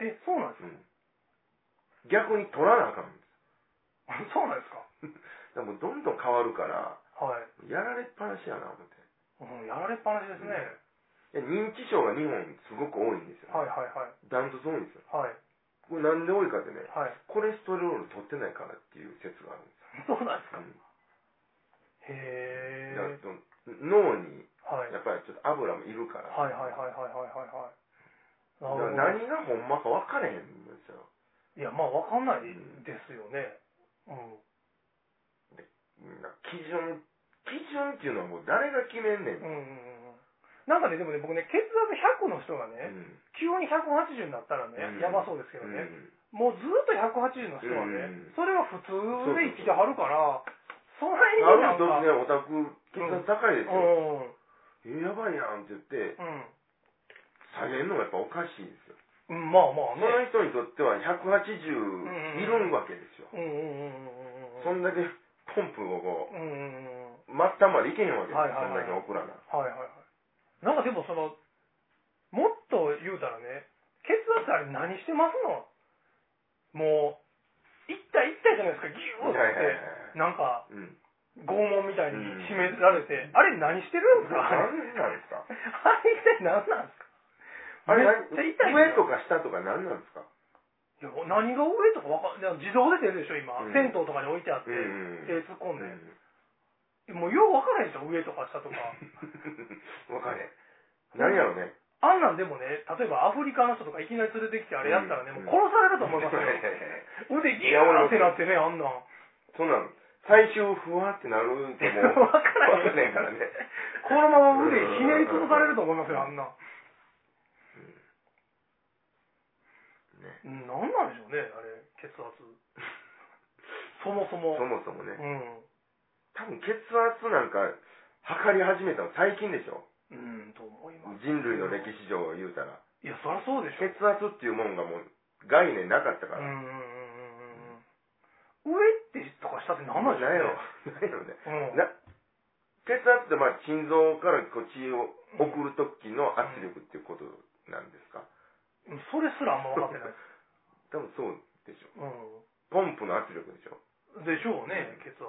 [SPEAKER 2] えそうなんです
[SPEAKER 1] よ。うん逆に取らなあかんんで
[SPEAKER 2] か そうなんです
[SPEAKER 1] す。だからもうどんどん変わるから、
[SPEAKER 2] かはい、
[SPEAKER 1] やられっぱなしやな、思って。
[SPEAKER 2] うん、やられっぱなしですね、
[SPEAKER 1] いや認知症が日本すごく多いんですよ、
[SPEAKER 2] はいはいはい
[SPEAKER 1] ダントツ多いんですよ。
[SPEAKER 2] はい
[SPEAKER 1] これなんで多いかってね、
[SPEAKER 2] はい
[SPEAKER 1] コレステロール取ってないからっていう説があるんです
[SPEAKER 2] そうなんですか
[SPEAKER 1] よ。
[SPEAKER 2] へえ
[SPEAKER 1] だからその脳に
[SPEAKER 2] はい
[SPEAKER 1] やっぱりちょっと油もいるから、
[SPEAKER 2] はいはいはいはいはいはいはい
[SPEAKER 1] だ
[SPEAKER 2] な
[SPEAKER 1] から
[SPEAKER 2] るほど
[SPEAKER 1] 何がほんまか分かれへんんですよ。
[SPEAKER 2] いやまあわかんないですよねう
[SPEAKER 1] う
[SPEAKER 2] ん、
[SPEAKER 1] んだから基準、基準っていうのはもう誰が決めんねん。
[SPEAKER 2] うんうんうんうんなんかねでもね僕ね血圧100の人が
[SPEAKER 1] う
[SPEAKER 2] ね、
[SPEAKER 1] ん
[SPEAKER 2] 急に180になったらね、
[SPEAKER 1] うん
[SPEAKER 2] やばそうですけどね、もうずっと180の人はね、
[SPEAKER 1] うん
[SPEAKER 2] それは普通で生きてはるから、その
[SPEAKER 1] うん
[SPEAKER 2] 辺に
[SPEAKER 1] あ
[SPEAKER 2] なん
[SPEAKER 1] る
[SPEAKER 2] か、
[SPEAKER 1] 時ね、オタク、血圧高いですよ。え
[SPEAKER 2] うん、
[SPEAKER 1] やばいやんって言って、下げるのがやっぱおかしいですよ。
[SPEAKER 2] うん、うん、まあま
[SPEAKER 1] そ
[SPEAKER 2] あ
[SPEAKER 1] の
[SPEAKER 2] ね、
[SPEAKER 1] 人にとっては180いるわけですよ。
[SPEAKER 2] うんうんうん
[SPEAKER 1] そ
[SPEAKER 2] うんうんうん、
[SPEAKER 1] んだけポンプをこ
[SPEAKER 2] うんうんう
[SPEAKER 1] う、末
[SPEAKER 2] んうん、
[SPEAKER 1] 端までいけへんわけですよ、
[SPEAKER 2] はいはい
[SPEAKER 1] そん
[SPEAKER 2] はい
[SPEAKER 1] だけ送らな。
[SPEAKER 2] はいはいはい。なんかでもその、もっと言うたらね、血圧あれ何してますのもう、一体一体じゃないですか、ギューって、
[SPEAKER 1] はいはいはいはい
[SPEAKER 2] なんか、
[SPEAKER 1] うん。
[SPEAKER 2] 拷問みたいに締められて、あれ何してるんですかあれ
[SPEAKER 1] 何なんですか
[SPEAKER 2] 一体何なんですか
[SPEAKER 1] あれ、
[SPEAKER 2] めっちゃ痛いですよ
[SPEAKER 1] 上とか下とか何なんですか
[SPEAKER 2] いや何が上とかわかんない自動で出るでしょ今、
[SPEAKER 1] うん
[SPEAKER 2] 銭湯とかに置いてあっ
[SPEAKER 1] う
[SPEAKER 2] て、
[SPEAKER 1] ん
[SPEAKER 2] 手突っ込んで、
[SPEAKER 1] う
[SPEAKER 2] もうよう分からへんでしょ上とか下と
[SPEAKER 1] ん。
[SPEAKER 2] か
[SPEAKER 1] わかれ。何やろね。
[SPEAKER 2] あんなんでもね例えばアフリカの人とかいきなり連れてきてあれやったらね、
[SPEAKER 1] うん
[SPEAKER 2] もう殺されると思いますよ 腕ギャーってなってねあんなん
[SPEAKER 1] そんなん、最終ふわってなるともう、
[SPEAKER 2] 分 からへん
[SPEAKER 1] わへんからね。
[SPEAKER 2] このまま腕ひねり潰されると思いますよあんなん
[SPEAKER 1] ね
[SPEAKER 2] うんなんなんでしょうねあれ血圧そもそも
[SPEAKER 1] そもそも
[SPEAKER 2] う
[SPEAKER 1] ね。
[SPEAKER 2] ん
[SPEAKER 1] 多分血圧なんか、測り始めたの最近でしょ
[SPEAKER 2] うんと思います
[SPEAKER 1] 人類の歴史上を言うたら。
[SPEAKER 2] いやそりゃそうでしょ
[SPEAKER 1] 血圧っていうもんがもう、概念なかった
[SPEAKER 2] う
[SPEAKER 1] か
[SPEAKER 2] んうん
[SPEAKER 1] ら。
[SPEAKER 2] うんうんうん。上ってとか下って何 なんでしょう
[SPEAKER 1] ない。
[SPEAKER 2] ね
[SPEAKER 1] の。ないのね。
[SPEAKER 2] うん。
[SPEAKER 1] な血圧ってまあ心臓からこう血を送る時の圧力っていうことなんですか、
[SPEAKER 2] それすらあんま分かってないです。
[SPEAKER 1] 多分そうでしょ。
[SPEAKER 2] う
[SPEAKER 1] ポンプの圧力でしょ。
[SPEAKER 2] ん。でしょうね、血圧。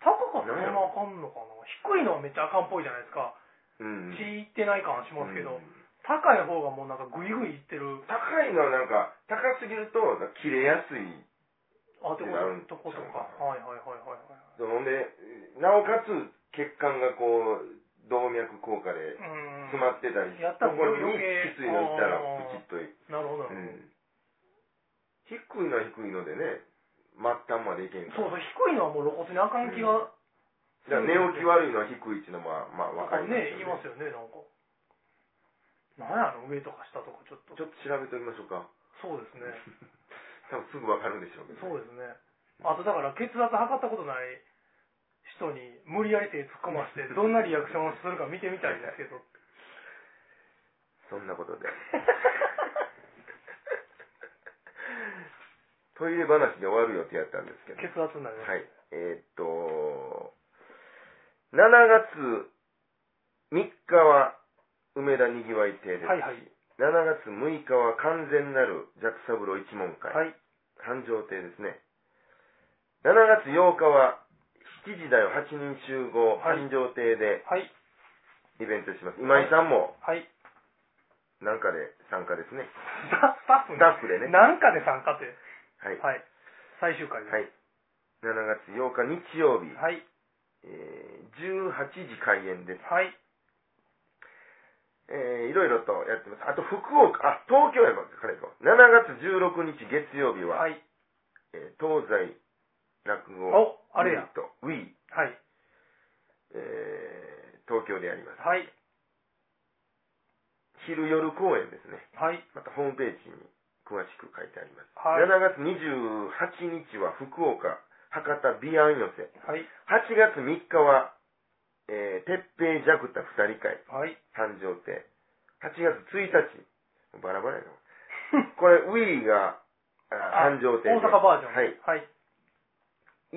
[SPEAKER 2] 高かったらそんなあかんのかな。低いのはめっちゃあかんっぽいじゃないですか。
[SPEAKER 1] うん。
[SPEAKER 2] 血いってない感しますけ
[SPEAKER 1] う
[SPEAKER 2] ど、
[SPEAKER 1] ん
[SPEAKER 2] 高い方がもうなんかグイグイいってる。
[SPEAKER 1] 高いのはなんか、高すぎると切れやすい。
[SPEAKER 2] あ、って
[SPEAKER 1] なるんちゃ
[SPEAKER 2] こと
[SPEAKER 1] う
[SPEAKER 2] と
[SPEAKER 1] かな
[SPEAKER 2] か。はいはいはいはいはい。
[SPEAKER 1] ほんで、なおかつ血管がこう、動脈硬化で
[SPEAKER 2] うん。
[SPEAKER 1] 詰まってたり、
[SPEAKER 2] やった
[SPEAKER 1] と
[SPEAKER 2] ら
[SPEAKER 1] ころに
[SPEAKER 2] 余計
[SPEAKER 1] きついのいったら
[SPEAKER 2] あー
[SPEAKER 1] プチッといく。
[SPEAKER 2] なるほどな
[SPEAKER 1] う
[SPEAKER 2] るほど。
[SPEAKER 1] ん。低いのは低いのでね、末端までいけんか
[SPEAKER 2] そう
[SPEAKER 1] ら。
[SPEAKER 2] そう、低いのはもう露骨にあかん気が、
[SPEAKER 1] だから寝起き悪いのは低いっていうのは、まあ、わかります
[SPEAKER 2] ね、言いますよね、なんか。なんやろ、上とか下とかちょっと。
[SPEAKER 1] ちょっと調べておきましょうか。
[SPEAKER 2] そうですね。
[SPEAKER 1] 多分すぐわかるんでしょうけど。
[SPEAKER 2] そうですね。あとだから血圧測ったことない人に無理やり手突っ込ませて、どんなリアクションをするか見てみたいです けど。
[SPEAKER 1] そんなことで。トイレ話で終わる予定やったんですけど。
[SPEAKER 2] 血圧になりま
[SPEAKER 1] はい。
[SPEAKER 2] す。
[SPEAKER 1] えーっと、7月3日は梅田にぎわい亭です。
[SPEAKER 2] はいはい。
[SPEAKER 1] 7月6日は完全なるジャックサブロー一門会。
[SPEAKER 2] はい。
[SPEAKER 1] 繁盛亭ですね。7月8日は7時だよ8人集合、
[SPEAKER 2] はい
[SPEAKER 1] 繁盛亭で
[SPEAKER 2] はい。
[SPEAKER 1] イベントします。今井さんも
[SPEAKER 2] はい。
[SPEAKER 1] なんかで参加ですね。
[SPEAKER 2] スタスタッ
[SPEAKER 1] ス
[SPEAKER 2] フに
[SPEAKER 1] タッフでね。
[SPEAKER 2] なんかで参加って。
[SPEAKER 1] はい。は
[SPEAKER 2] はい。最終回です。
[SPEAKER 1] い。7月8日日曜日、
[SPEAKER 2] はい。
[SPEAKER 1] えー18時開演です。
[SPEAKER 2] はい。
[SPEAKER 1] えーいろいろとやってます。あと、福岡、あ、東京やばから行こう。7月16日月曜日は、
[SPEAKER 2] はい。
[SPEAKER 1] えー東西落語
[SPEAKER 2] お、あれや。
[SPEAKER 1] と Wii、
[SPEAKER 2] はい。
[SPEAKER 1] えー東京でやります。
[SPEAKER 2] はい。
[SPEAKER 1] 昼夜公演ですね。
[SPEAKER 2] はい。
[SPEAKER 1] またホームページに詳しく書いてあります。
[SPEAKER 2] はい
[SPEAKER 1] 7月28日は福岡、博多ビアン寄せ。
[SPEAKER 2] はい。
[SPEAKER 1] 8月3日は、えー、鉄平ジャクタ二人会、
[SPEAKER 2] はい。
[SPEAKER 1] 繁盛亭。8月1日、バラバラやな。これ、ウィーが、あ
[SPEAKER 2] あ
[SPEAKER 1] 繁盛亭で。
[SPEAKER 2] 大阪バージョン。
[SPEAKER 1] はい。
[SPEAKER 2] はい。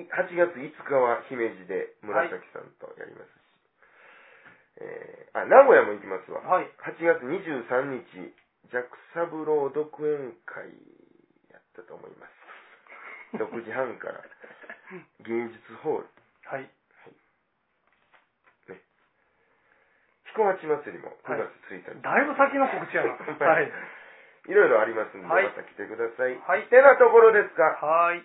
[SPEAKER 1] い8月5日は姫路で、紫さんとやりますし。えー、あ、名古屋も行きますわ。
[SPEAKER 2] はい。
[SPEAKER 1] 8月23日、ジャックサブロー独演会やったと思います。6時半 から、芸術ホール。
[SPEAKER 2] はい。
[SPEAKER 1] 彦町祭りも9月1日。
[SPEAKER 2] だいぶ先の告知やな。
[SPEAKER 1] はい
[SPEAKER 2] はい。
[SPEAKER 1] いろいろありますんで、
[SPEAKER 2] はい
[SPEAKER 1] また来てください。
[SPEAKER 2] はい
[SPEAKER 1] てなところですか。
[SPEAKER 2] はい。